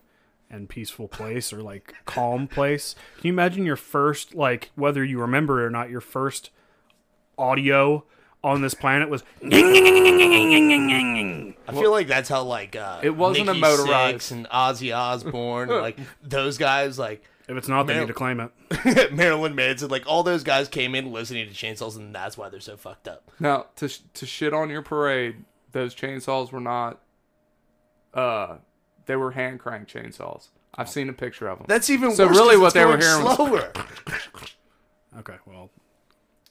[SPEAKER 3] and peaceful place or, like, calm place. Can you imagine your first, like, whether you remember it or not, your first audio on this planet was,
[SPEAKER 2] I feel like that's how like uh,
[SPEAKER 1] It wasn't a
[SPEAKER 2] Nikki
[SPEAKER 1] motorized-
[SPEAKER 2] Sixx and Ozzy Osbourne, like those guys, like
[SPEAKER 3] if it's not, they
[SPEAKER 2] Man.
[SPEAKER 3] need to claim it.
[SPEAKER 2] Marilyn Manson, like all those guys came in listening to chainsaws, and that's why they're so fucked up.
[SPEAKER 1] Now, to sh- to shit on your parade, those chainsaws were not. Uh, they were hand crank chainsaws. I've seen a picture of them.
[SPEAKER 2] That's even
[SPEAKER 1] So
[SPEAKER 2] worse
[SPEAKER 1] really
[SPEAKER 2] 'cause
[SPEAKER 1] what
[SPEAKER 2] it's
[SPEAKER 1] they were hearing
[SPEAKER 2] going
[SPEAKER 1] was-
[SPEAKER 2] slower.
[SPEAKER 3] Okay, well,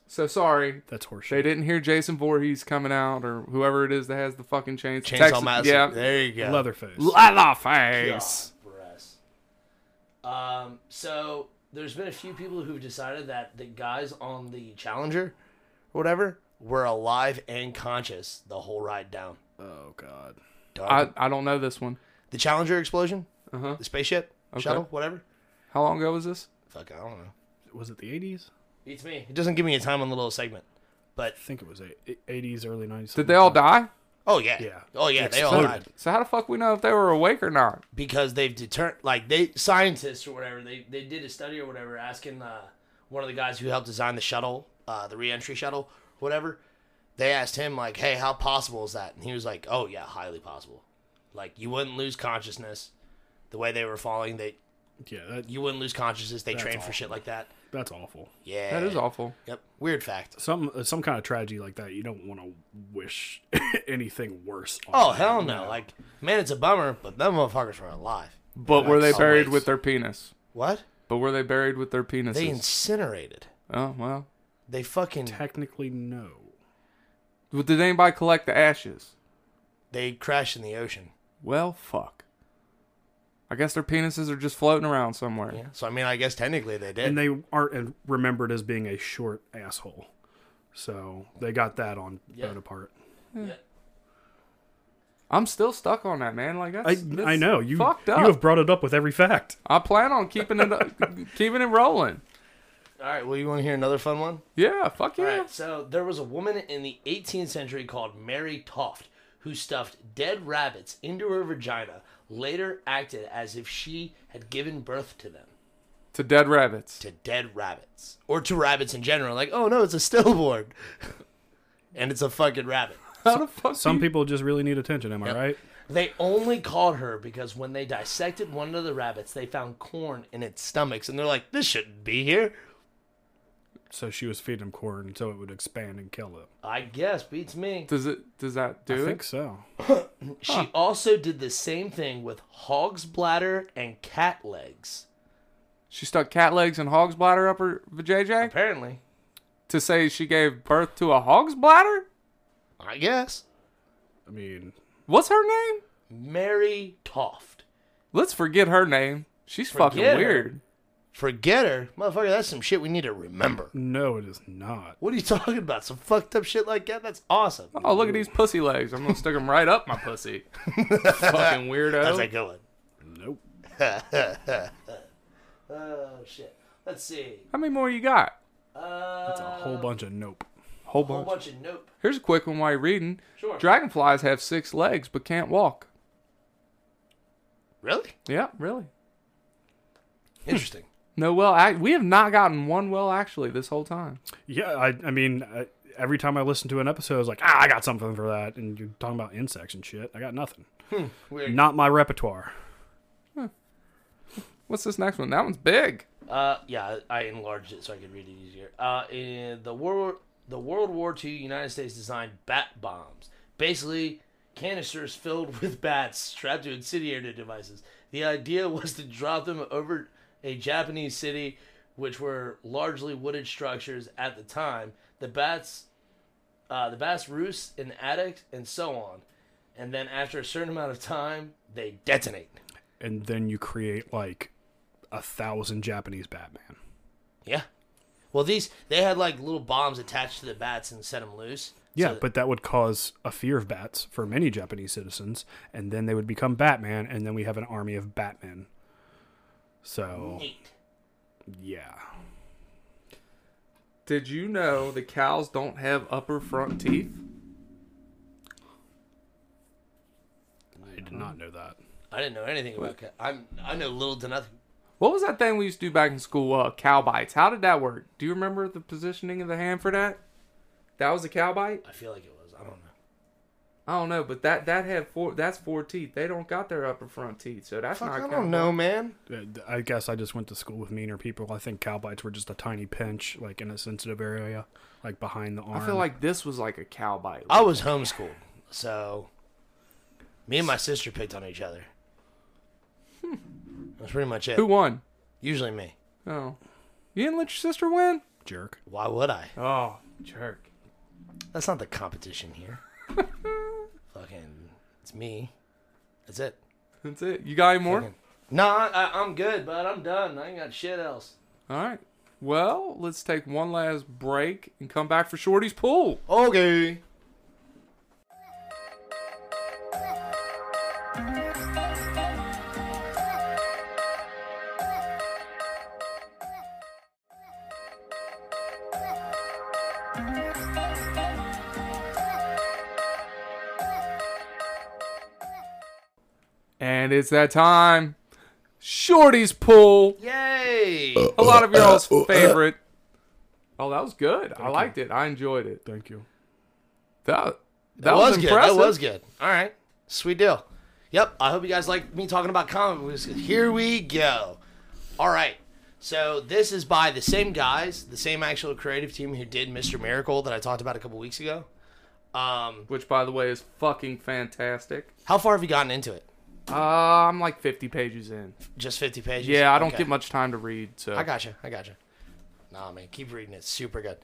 [SPEAKER 1] so sorry.
[SPEAKER 3] that's horseshit.
[SPEAKER 1] They didn't hear Jason Voorhees coming out or whoever it is that has the fucking chainsaw.
[SPEAKER 2] Chainsaw
[SPEAKER 1] Texas-
[SPEAKER 2] Massacre.
[SPEAKER 1] Yeah.
[SPEAKER 2] There you go.
[SPEAKER 3] Leatherface.
[SPEAKER 1] Leatherface.
[SPEAKER 2] Um, so there's been a few people who've decided that the guys on the Challenger, or whatever, were alive and conscious the whole ride down.
[SPEAKER 3] oh, God.
[SPEAKER 2] Dog.
[SPEAKER 1] I, I don't know this one.
[SPEAKER 2] the Challenger explosion, uh-huh. the spaceship, shuttle, whatever.
[SPEAKER 1] How long ago was this?
[SPEAKER 2] Fuck, I don't know.
[SPEAKER 3] Was it the 80s?
[SPEAKER 2] It's me. It doesn't give me a time on the little segment, but
[SPEAKER 3] I think it was eight- 80s, early 90s.
[SPEAKER 1] Did they all die?
[SPEAKER 2] oh yeah,
[SPEAKER 3] Yeah.
[SPEAKER 2] oh yeah, they all
[SPEAKER 3] Exploded.
[SPEAKER 2] died.
[SPEAKER 1] So how the fuck we know if they were awake or not?
[SPEAKER 2] because they've determined like they scientists or whatever they, they did a study or whatever asking uh, one of the guys who helped design the shuttle uh, the reentry shuttle whatever they asked him like hey how possible is that and he was like oh yeah highly possible like you wouldn't lose consciousness the way they were falling they
[SPEAKER 3] Yeah, that,
[SPEAKER 2] you wouldn't lose consciousness they trained for
[SPEAKER 3] awful.
[SPEAKER 2] shit like that
[SPEAKER 3] that's awful.
[SPEAKER 2] yeah
[SPEAKER 1] That is awful.
[SPEAKER 2] yep weird fact
[SPEAKER 3] some uh, some kind of tragedy like that, you don't want to wish anything worse. On
[SPEAKER 2] oh
[SPEAKER 3] you.
[SPEAKER 2] hell no like man it's a bummer but them motherfuckers were alive
[SPEAKER 1] But were they
[SPEAKER 2] That's
[SPEAKER 1] buried
[SPEAKER 2] always-
[SPEAKER 1] with their penis?
[SPEAKER 2] what
[SPEAKER 1] But were they buried with their penises?
[SPEAKER 2] they incinerated
[SPEAKER 1] oh well.
[SPEAKER 2] they fucking
[SPEAKER 3] Technically, no.
[SPEAKER 1] Well, Did anybody collect the ashes?
[SPEAKER 2] they crashed in the ocean
[SPEAKER 1] Well, fuck. I guess their penises are just floating around somewhere.
[SPEAKER 2] yeah so i mean i guess technically they did
[SPEAKER 3] And they aren't uh, remembered as being a short asshole. So they got that on
[SPEAKER 2] Yeah.
[SPEAKER 3] Bonaparte.
[SPEAKER 1] I'm still stuck on that, man. Like that's,
[SPEAKER 3] I,
[SPEAKER 1] that's
[SPEAKER 3] I know you.
[SPEAKER 1] fucked up.
[SPEAKER 3] You have brought it up with every fact.
[SPEAKER 1] I plan on keeping it keeping it rolling.
[SPEAKER 2] All right. Well, you want to hear another fun one?
[SPEAKER 1] Yeah, fuck yeah.
[SPEAKER 2] All right. So there was a woman in the 18th century called Mary Toft who stuffed dead rabbits into her vagina. Later, acted as if she had given birth to them,
[SPEAKER 1] To dead rabbits.
[SPEAKER 2] to dead rabbits, or to rabbits in general. Like, oh no, it's a stillborn, and it's a fucking rabbit.
[SPEAKER 1] How the fuck?
[SPEAKER 3] Some
[SPEAKER 1] you-
[SPEAKER 3] people just really need attention. Am I right?
[SPEAKER 2] They only caught her because when they dissected one of the rabbits, they found corn in its stomachs, and they're like, this shouldn't be here.
[SPEAKER 3] So she was feeding him corn, so it would expand and kill it.
[SPEAKER 2] I guess beats me.
[SPEAKER 1] does it? Does that do
[SPEAKER 3] I
[SPEAKER 1] it?
[SPEAKER 3] think so.
[SPEAKER 2] She also did the same thing with hog's bladder and cat legs.
[SPEAKER 1] She stuck cat legs and hog's bladder up her vajayjay
[SPEAKER 2] Apparently.
[SPEAKER 1] to say she gave birth to a hog's bladder.
[SPEAKER 2] I guess.
[SPEAKER 3] I mean,
[SPEAKER 1] What's her name?
[SPEAKER 2] Mary Toft.
[SPEAKER 1] Let's forget her name. She's fucking
[SPEAKER 2] Forget her.
[SPEAKER 1] weird.
[SPEAKER 2] Forget her. Motherfucker, that's some shit we need to remember.
[SPEAKER 3] no, it is not.
[SPEAKER 2] What are you talking about? Some fucked up shit like that? That's awesome.
[SPEAKER 1] Oh, look at these pussy legs. I'm gonna stick them right up my pussy. fucking weirdo.
[SPEAKER 2] How's that going?
[SPEAKER 3] Nope.
[SPEAKER 2] Oh, shit. Let's see.
[SPEAKER 1] How many more you got?
[SPEAKER 2] Uh,
[SPEAKER 3] It's a whole bunch of nope.
[SPEAKER 1] Whole
[SPEAKER 2] whole
[SPEAKER 1] bunch.
[SPEAKER 2] bunch of nope.
[SPEAKER 1] Here's a quick one while you're reading.
[SPEAKER 2] Sure.
[SPEAKER 1] Dragonflies have six legs but can't walk.
[SPEAKER 2] Really?
[SPEAKER 1] Yeah, really.
[SPEAKER 2] Interesting.
[SPEAKER 1] No well. Act- we have not gotten one well actually this whole time.
[SPEAKER 3] Yeah, I, I mean, I, every time I listen to an episode, I was like, ah, I got something for that. And you're talking about insects and shit. I got nothing.
[SPEAKER 2] Weird.
[SPEAKER 3] Not my repertoire.
[SPEAKER 1] What's this next one? That one's big.
[SPEAKER 2] Uh, yeah, I I enlarged it so I could read it easier. Uh, in the world, the World War II United States designed bat bombs, basically canisters filled with bats strapped to incendiary devices. The idea was to drop them over a Japanese city, which were largely wooded structures at the time. The bats, uh, the bats roost in attics and so on, and then after a certain amount of time, they detonate.
[SPEAKER 3] And then you create like a thousand Japanese Batman.
[SPEAKER 2] Yeah. Well, these they had like little bombs attached to the bats and set them loose.
[SPEAKER 3] Yeah,
[SPEAKER 2] So-
[SPEAKER 3] but that would cause a fear of bats for many Japanese citizens, and then they would become Batman, and then we have an army of Batmen. So
[SPEAKER 2] Neat.
[SPEAKER 3] yeah,
[SPEAKER 1] Did you know the cows don't have upper front teeth?
[SPEAKER 3] I did not know that.
[SPEAKER 2] I didn't know anything about cat. I'm I know little to nothing.
[SPEAKER 1] What was that thing we used to do back in school? Uh, cow bites. How did that work? Do you remember the positioning of the hand for that? That was a cow bite.
[SPEAKER 2] I feel like it was. I don't know.
[SPEAKER 1] I don't know, but that that had four. That's four teeth. They don't got their upper front teeth, so that's not. counted.
[SPEAKER 2] man.
[SPEAKER 3] Uh, I guess I just went to school with meaner people. I think cow bites were just a tiny pinch, like in a sensitive area, like behind the arm.
[SPEAKER 1] I feel like this was like a cow bite.
[SPEAKER 2] I was homeschooled, so me and my sister picked on each other. That's pretty much it.
[SPEAKER 1] Who won?
[SPEAKER 2] Usually me.
[SPEAKER 1] Oh, you didn't let your sister win.
[SPEAKER 3] jerk.
[SPEAKER 2] Why would I?
[SPEAKER 1] Oh, jerk.
[SPEAKER 2] That's not the competition here. Fucking, it's me. That's it.
[SPEAKER 1] That's it. You got any more?
[SPEAKER 2] No, I, I, I'm good, but I'm done. I ain't got shit else.
[SPEAKER 1] All right. Well, let's take one last break and come back for Shorty's pool.
[SPEAKER 2] Okay.
[SPEAKER 1] And it's that time. Shorty's pool.
[SPEAKER 2] Yay!
[SPEAKER 1] A lot of y'all's favorite. Oh, that was good. I liked it. I enjoyed it.
[SPEAKER 3] Thank you.
[SPEAKER 1] That, that,
[SPEAKER 2] That
[SPEAKER 1] was,
[SPEAKER 2] was, good.
[SPEAKER 1] impressive.
[SPEAKER 2] That was good. All right. Sweet deal. Yep. I hope you guys like me talking about comic books. Here we go. All right. So this is by the same guys, the same actual creative team who did Mr. Miracle that I talked about a couple weeks ago. Um,
[SPEAKER 1] Which, by the way, is fucking fantastic.
[SPEAKER 2] how far have you gotten into it?
[SPEAKER 1] Uh, I'm like 50 pages in.
[SPEAKER 2] Just 50 pages?
[SPEAKER 1] Yeah, I don't
[SPEAKER 2] Okay.
[SPEAKER 1] get much time to read, so.
[SPEAKER 2] I gotcha. I gotcha. Nah, man, keep reading. It's super good.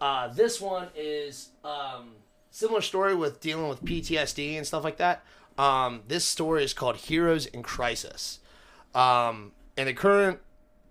[SPEAKER 2] Uh, this one is um, similar story with dealing with PTSD and stuff like that. Um, this story is called Heroes in Crisis. Um, in the current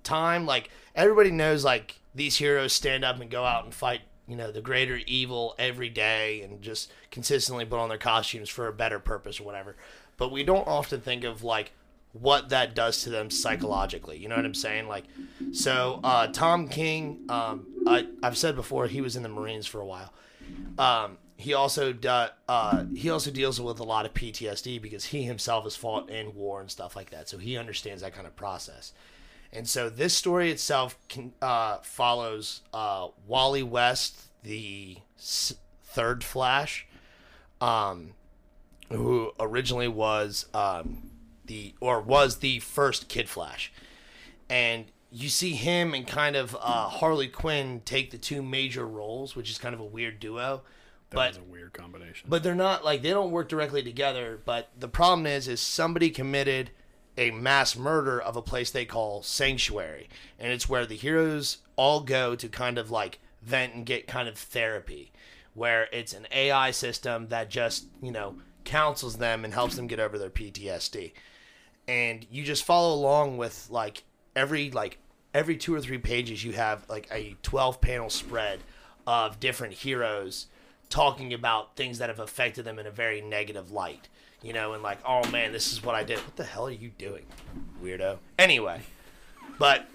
[SPEAKER 2] time, like everybody knows, like these heroes stand up and go out and fight, you know, the greater evil every day and just consistently put on their costumes for a better purpose or whatever. But we don't often think of like what that does to them psychologically. You know what I'm saying? Like, so uh, Tom King, um, I, I've said before, he was in the Marines for a while. Um, he also do- uh, he also deals with a lot of PTSD because he himself has fought in war and stuff like that, so he understands that kind of process. And so this story itself can, uh, follows uh, Wally West, the s- third Flash, um, who originally was um, the or was the first Kid Flash, and you see him and kind of uh, Harley Quinn take the two major roles, which is kind of a weird duo.
[SPEAKER 3] That
[SPEAKER 2] but
[SPEAKER 3] was a weird combination.
[SPEAKER 2] but they're not like they don't work directly together. But the problem is, is somebody committed a mass murder of a place they call Sanctuary, and it's where the heroes all go to kind of like vent and get kind of therapy, where it's an AI system that just you know counsels them and helps them get over their PTSD and you just follow along with like every like every two or three pages you have like a 12 panel spread of different heroes talking about things that have affected them in a very negative light you know and like oh man this is what i did what the hell are you doing weirdo anyway but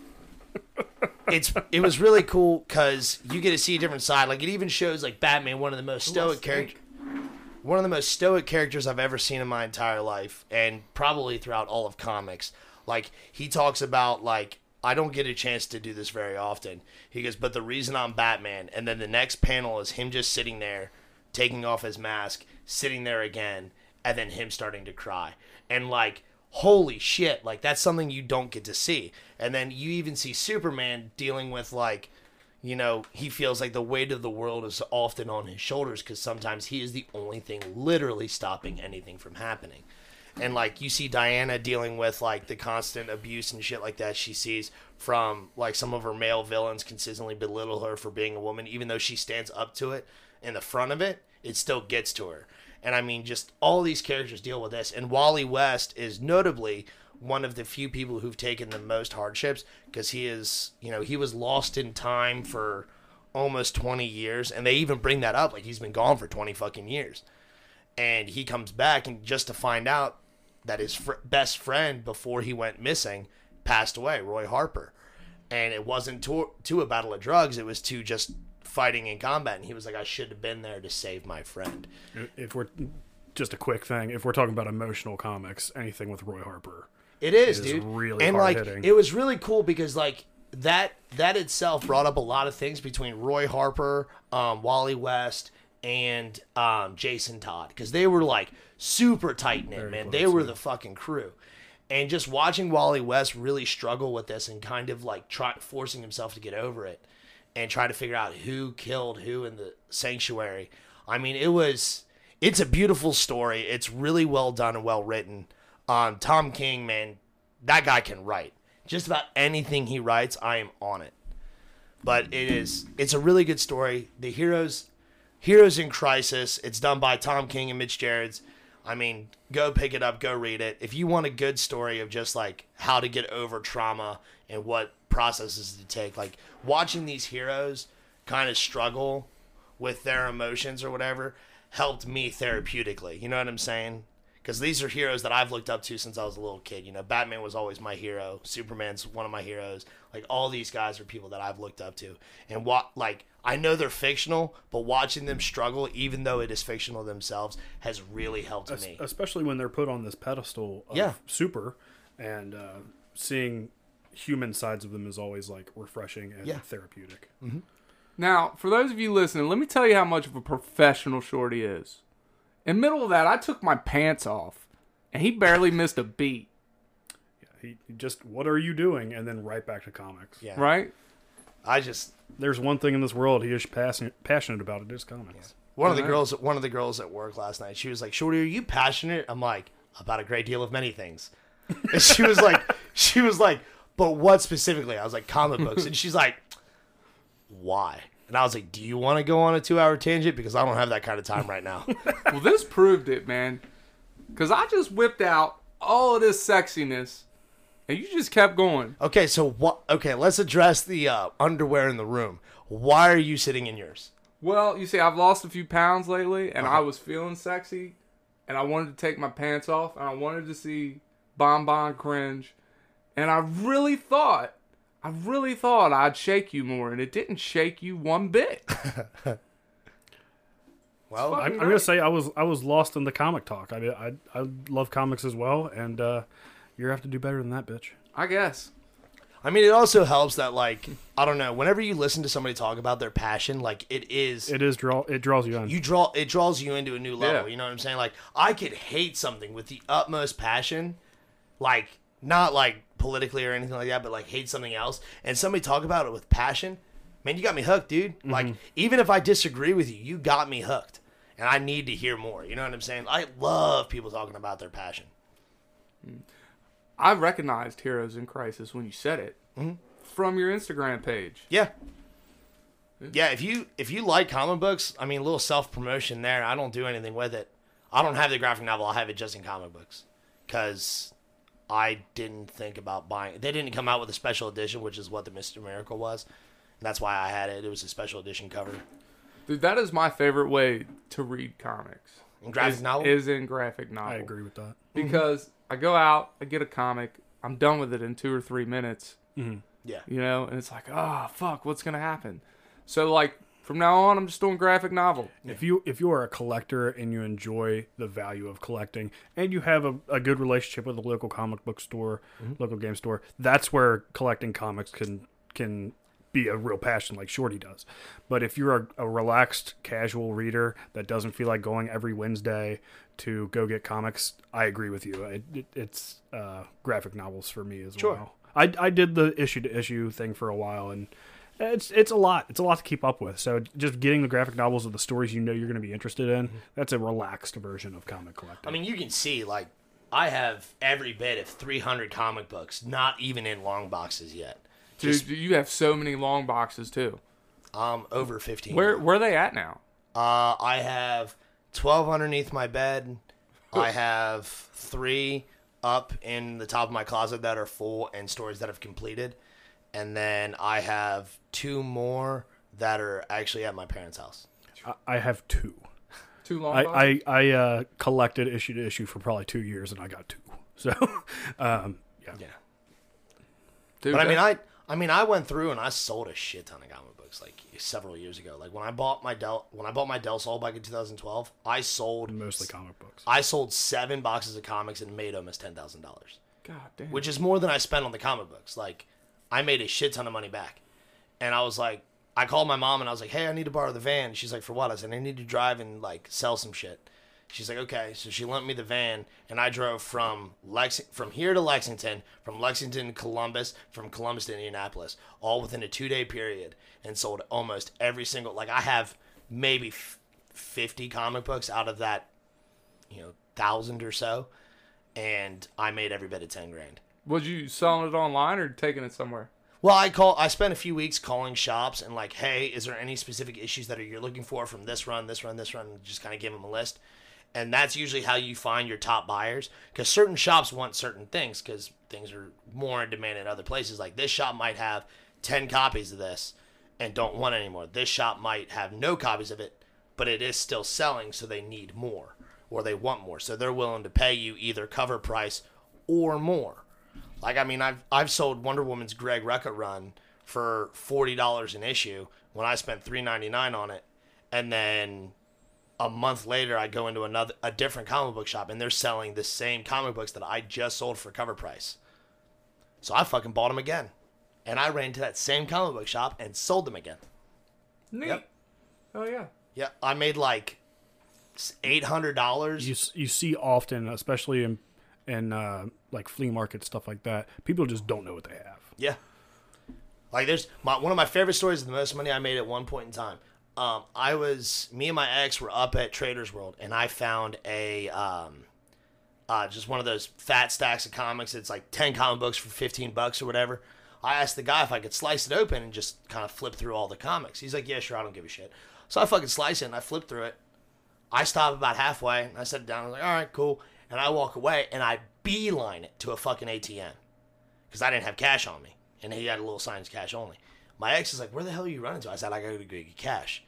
[SPEAKER 2] it's it was really cool because you get to see a different side like it even shows like batman one of the most stoic characters one of the most stoic characters I've ever seen in my entire life, and probably throughout all of comics. Like he talks about like I don't get a chance to do this very often. He goes, but the reason I'm Batman, and then the next panel is him just sitting there, taking off his mask, sitting there again, and then him starting to cry. And like, holy shit, like that's something you don't get to see. And then you even see Superman dealing with like, you know, he feels like the weight of the world is often on his shoulders because sometimes he is the only thing literally stopping anything from happening and like you see Diana dealing with like the constant abuse and shit like that she sees from like some of her male villains consistently belittle her for being a woman, even though she stands up to it in the front of it, it still gets to her. And I mean, just all these characters deal with this, and Wally West is notably one of the few people who've taken the most hardships because he is, you know, he was lost in time for almost 20 years, and they even bring that up like he's been gone for 20 fucking years and he comes back and just to find out that his fr- best friend before he went missing passed away roy harper and it wasn't to, to a battle of drugs it was to just fighting in combat and he was like i should have been there to save my friend
[SPEAKER 3] If we're just a quick thing, if we're talking about emotional comics, anything with Roy Harper,
[SPEAKER 2] It is,
[SPEAKER 3] It is
[SPEAKER 2] dude.
[SPEAKER 3] really
[SPEAKER 2] and like
[SPEAKER 3] hard-hitting.
[SPEAKER 2] it was really cool because like that that itself brought up a lot of things between Roy Harper, um, Wally West, and um, Jason Todd because they were like super tight knit, man. They were the fucking crew. And just watching Wally West really struggle with this and kind of like try forcing himself to get over it and try to figure out who killed who in the sanctuary. I mean, it was it's a beautiful story. It's really well done and well written. Um, Tom King, man, that guy can write. Just about anything he writes, I am on it. But it is it's a really good story. The heroes, heroes in crisis. It's done by Tom King and Mitch Jarrett's. I mean, go pick it up, go read it. If you want a good story of just like how to get over trauma and what processes to take, like watching these heroes kind of struggle with their emotions or whatever helped me therapeutically. You know what I'm saying? Because these are heroes that I've looked up to since I was a little kid. You know, Batman was always my hero. Superman's one of my heroes. Like all these guys are people that I've looked up to, and what like I know they're fictional, but watching them struggle, even though it is fictional themselves, has really helped me.
[SPEAKER 3] especially when they're put on this pedestal of
[SPEAKER 2] Yeah.
[SPEAKER 3] super, and uh, seeing human sides of them is always like refreshing and
[SPEAKER 2] Yeah. Mm.
[SPEAKER 3] therapeutic.
[SPEAKER 1] Now, for those of you listening, let me tell you how much of a professional Shorty is. In the middle of that, I took my pants off, and he barely missed a beat.
[SPEAKER 3] He he just, what are you doing? And then right back to comics.
[SPEAKER 2] Yeah.
[SPEAKER 1] Right?
[SPEAKER 2] I just
[SPEAKER 3] There's one thing in this world he is passionate, passionate about. It is comics.
[SPEAKER 2] One of the girls, one of the girls at work last night, she was like, "Shorty, are you passionate?" I'm like, "About a great deal of many things." And she was like, "She was like, but what specifically?" I was like, "Comic books," and she's like, "Why?" And I was like, "Do you want to go on a two-hour tangent? Because I don't have that kind of time right now."
[SPEAKER 1] Well, this proved it, man. Because I just whipped out all of this sexiness, and you just kept going.
[SPEAKER 2] okay, so what? Okay, let's address the uh, underwear in the room. Why are you sitting in yours?
[SPEAKER 1] Well, you see, I've lost a few pounds lately, and I was feeling sexy, and I wanted to take my pants off, and I wanted to see Bon Bon cringe, and I really thought, I really thought I'd shake you more, and it didn't shake you one bit.
[SPEAKER 2] Well,
[SPEAKER 1] Fuck.
[SPEAKER 3] I'm, I'm
[SPEAKER 1] Right.
[SPEAKER 3] gonna say I was I was lost in the comic talk. I mean, I I love comics as well, and uh, you have to do better than that, bitch.
[SPEAKER 1] I guess.
[SPEAKER 2] I mean, it also helps that like I don't know. Whenever you listen to somebody talk about their passion, like it is,
[SPEAKER 3] It is draw it draws you in.
[SPEAKER 2] you draw it draws you into a new level.
[SPEAKER 1] Yeah.
[SPEAKER 2] You know what I'm saying? Like I could hate something with the utmost passion, like not like politically or anything like that, but like hate something else, and somebody talk about it with passion. Man, you got me hooked, dude. Like even if I disagree with you, you got me hooked, and I need to hear more. You know what I'm saying? I love people talking about their passion.
[SPEAKER 1] I recognized Heroes in Crisis when you said it from your Instagram page.
[SPEAKER 2] Yeah. Yeah, if you if you like comic books, I mean, a little self promotion there. I don't do anything with it. I don't have the graphic novel. I have it just in comic books because I didn't think about buying. They didn't come out with a special edition, which is what the Mister Miracle was. And that's why I had it. It was a special edition cover.
[SPEAKER 1] Dude, that is my favorite way to read comics.
[SPEAKER 2] And graphic
[SPEAKER 1] is,
[SPEAKER 2] novel?
[SPEAKER 1] is in graphic novel.
[SPEAKER 3] I agree with that.
[SPEAKER 1] because I go out, I get a comic, I'm done with it in two or three minutes,
[SPEAKER 3] Mm-hmm.
[SPEAKER 2] Yeah,
[SPEAKER 1] "Ah, you know, and it's like, oh fuck, what's gonna happen? So like From now on, I'm just doing graphic novel.
[SPEAKER 3] If you if you are a collector and you enjoy the value of collecting and you have a, a good relationship with a local comic book store, local game store, that's where collecting comics can can be a real passion like Shorty does. But if you're a, a relaxed casual reader that doesn't feel like going every Wednesday to go get comics, I agree with you. It, it, it's uh, graphic novels for me as well. I, I did the issue to issue thing for a while and it's it's a lot. It's a lot to keep up with. So just getting the graphic novels of the stories you know you're going to be interested in. That's a relaxed version of comic collecting.
[SPEAKER 2] Mm-hmm. I mean, you can see like I have every bit of 300 comic books, not even in long boxes yet.
[SPEAKER 1] Dude, you have so many long boxes too.
[SPEAKER 2] Um, over 15.
[SPEAKER 1] Where where are they at now?
[SPEAKER 2] Uh, I have 12 underneath my bed. I have three up in the top of my closet that are full and stories that have completed. And then I have two more that are actually at my parents' house.
[SPEAKER 3] I, I have two.
[SPEAKER 1] Too
[SPEAKER 2] Uh-huh.
[SPEAKER 1] long. boxes?
[SPEAKER 3] I I, I uh, collected issue to issue for probably two years, and I got two. So, um, yeah.
[SPEAKER 2] Yeah.
[SPEAKER 1] Dude,
[SPEAKER 2] But I mean,
[SPEAKER 1] that-
[SPEAKER 2] I I mean, I went through and I sold a shit ton of comic books like several years ago. Like when I bought my Dell when I bought my Dell Soul back in 2012, I sold
[SPEAKER 3] mostly comic books.
[SPEAKER 2] I sold seven boxes of comics and made almost ten thousand dollars,
[SPEAKER 1] God damn.
[SPEAKER 2] which is more than I spent on the comic books. Like I made a shit ton of money back, and I was like, I called my mom and I was like, Hey, I need to borrow the van. She's like, For what? I said, I need to drive and like sell some shit. She's like, Okay, so she lent me the van, and I drove from Lex from here to Lexington, from Lexington to Columbus, from Columbus to Indianapolis, all within a two day period, and sold almost every single. Like I have maybe f- fifty comic books out of that you know thousand or so and i made every bit of 10 grand
[SPEAKER 1] was you selling it online or taking it somewhere?
[SPEAKER 2] well i call i spent a few weeks calling shops and like hey is there any specific issues that are you're looking for from this run this run this run and just kind of give them a list and that's usually how you find your top buyers because certain shops want certain things because things are more in demand in other places like this shop might have 10 copies of this and don't want any more this shop might have no copies of it but it is still selling, so they need more or they want more. So they're willing to pay you either cover price or more. Like I mean, I've I've sold Wonder Woman's Greg Rucka run for forty dollars an issue when I spent three ninety nine on it, and then a month later I go into another a different comic book shop and they're selling the same comic books that I just sold for cover price. So I fucking bought them again, and I ran to that same comic book shop and sold them again.
[SPEAKER 1] Neat.
[SPEAKER 2] Yep.
[SPEAKER 1] Oh yeah.
[SPEAKER 2] Yeah, I made like eight hundred dollars.
[SPEAKER 3] You s- you see often, especially in in uh, like flea market stuff like that, people just don't know what they have.
[SPEAKER 2] Yeah, like there's my one of my favorite stories of the most money I made at one point in time. Um, I was me and my ex were up at Traders World, and I found a um, uh, just one of those fat stacks of comics. It's like ten comic books for fifteen bucks or whatever. I asked the guy if I could slice it open and just kind of flip through all the comics. He's like, "Yeah, sure, I don't give a shit." So I fucking slice it and I flip through it, I stop about halfway and I sit down. I was like, all right, cool. And I walk away and I beeline it to a fucking ATM because I didn't have cash on me. And he had a little sign, cash only. My ex is like, where the hell are you running to? I said, I got to go get cash.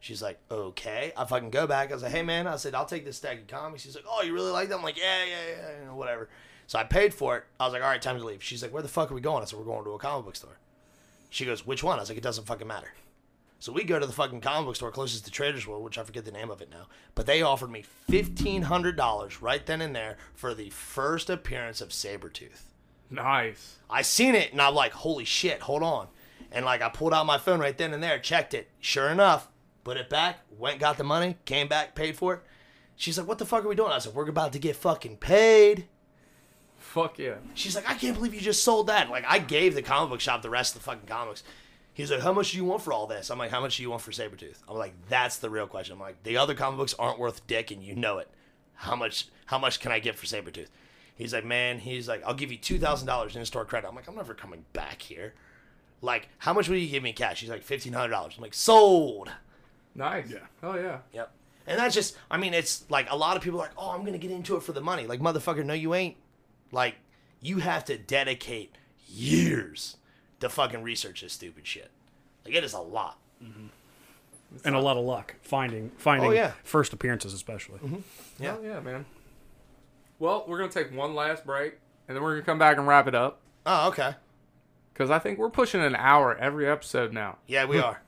[SPEAKER 2] She's like, okay. I fucking go back. I was like, hey, man. I said, I'll take this stack of comics. She's like, oh, you really like them? I'm like, yeah, yeah, yeah, you know, whatever. So I paid for it. I was like, all right, time to leave. She's like, where the fuck are we going? I said, we're going to a comic book store. She goes, which one? I was like, it doesn't fucking matter. So we go to the fucking comic book store closest to Trader's World, which I forget the name of it now. But they offered me fifteen hundred dollars right then and there for the first appearance of Sabretooth.
[SPEAKER 1] Nice.
[SPEAKER 2] I seen it and I'm like, holy shit, hold on. And like I pulled out my phone right then and there, checked it. Sure enough, put it back, went got the money, came back, paid for it. She's like, What the fuck are we doing? I said, We're about to get fucking paid.
[SPEAKER 1] Fuck yeah.
[SPEAKER 2] She's like, I can't believe you just sold that. Like, I gave the comic book shop the rest of the fucking comics. He's like, How much do you want for all this? I'm like, How much do you want for Sabretooth? I'm like, That's the real question. I'm like, The other comic books aren't worth dick and you know it. How much how much can I get for Sabretooth? He's like, Man, he's like, I'll give you two thousand dollars in store credit. I'm like, I'm never coming back here. Like, how much will you give me in cash? He's like, fifteen hundred dollars. I'm like, sold.
[SPEAKER 1] Nice. Yeah. Oh yeah.
[SPEAKER 2] Yep. And that's just, I mean, it's like a lot of people are like, oh, I'm going to get into it for the money. Like, motherfucker, no, you ain't. Like, you have to dedicate years to fucking research this stupid shit. Like, it is a lot.
[SPEAKER 3] and a lot of luck finding finding
[SPEAKER 2] Oh, yeah. Mm-hmm.
[SPEAKER 3] first appearances especially.
[SPEAKER 2] Yeah.
[SPEAKER 1] Oh yeah, man. Well, we're gonna take one last break, and then we're gonna come back and wrap it up
[SPEAKER 2] Oh, okay. Hmm.
[SPEAKER 1] because I think we're pushing an hour every episode now.
[SPEAKER 2] Yeah, we are.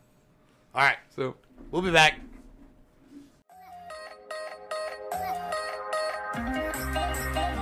[SPEAKER 1] All right,
[SPEAKER 4] So
[SPEAKER 1] we'll be back.
[SPEAKER 5] Thank you.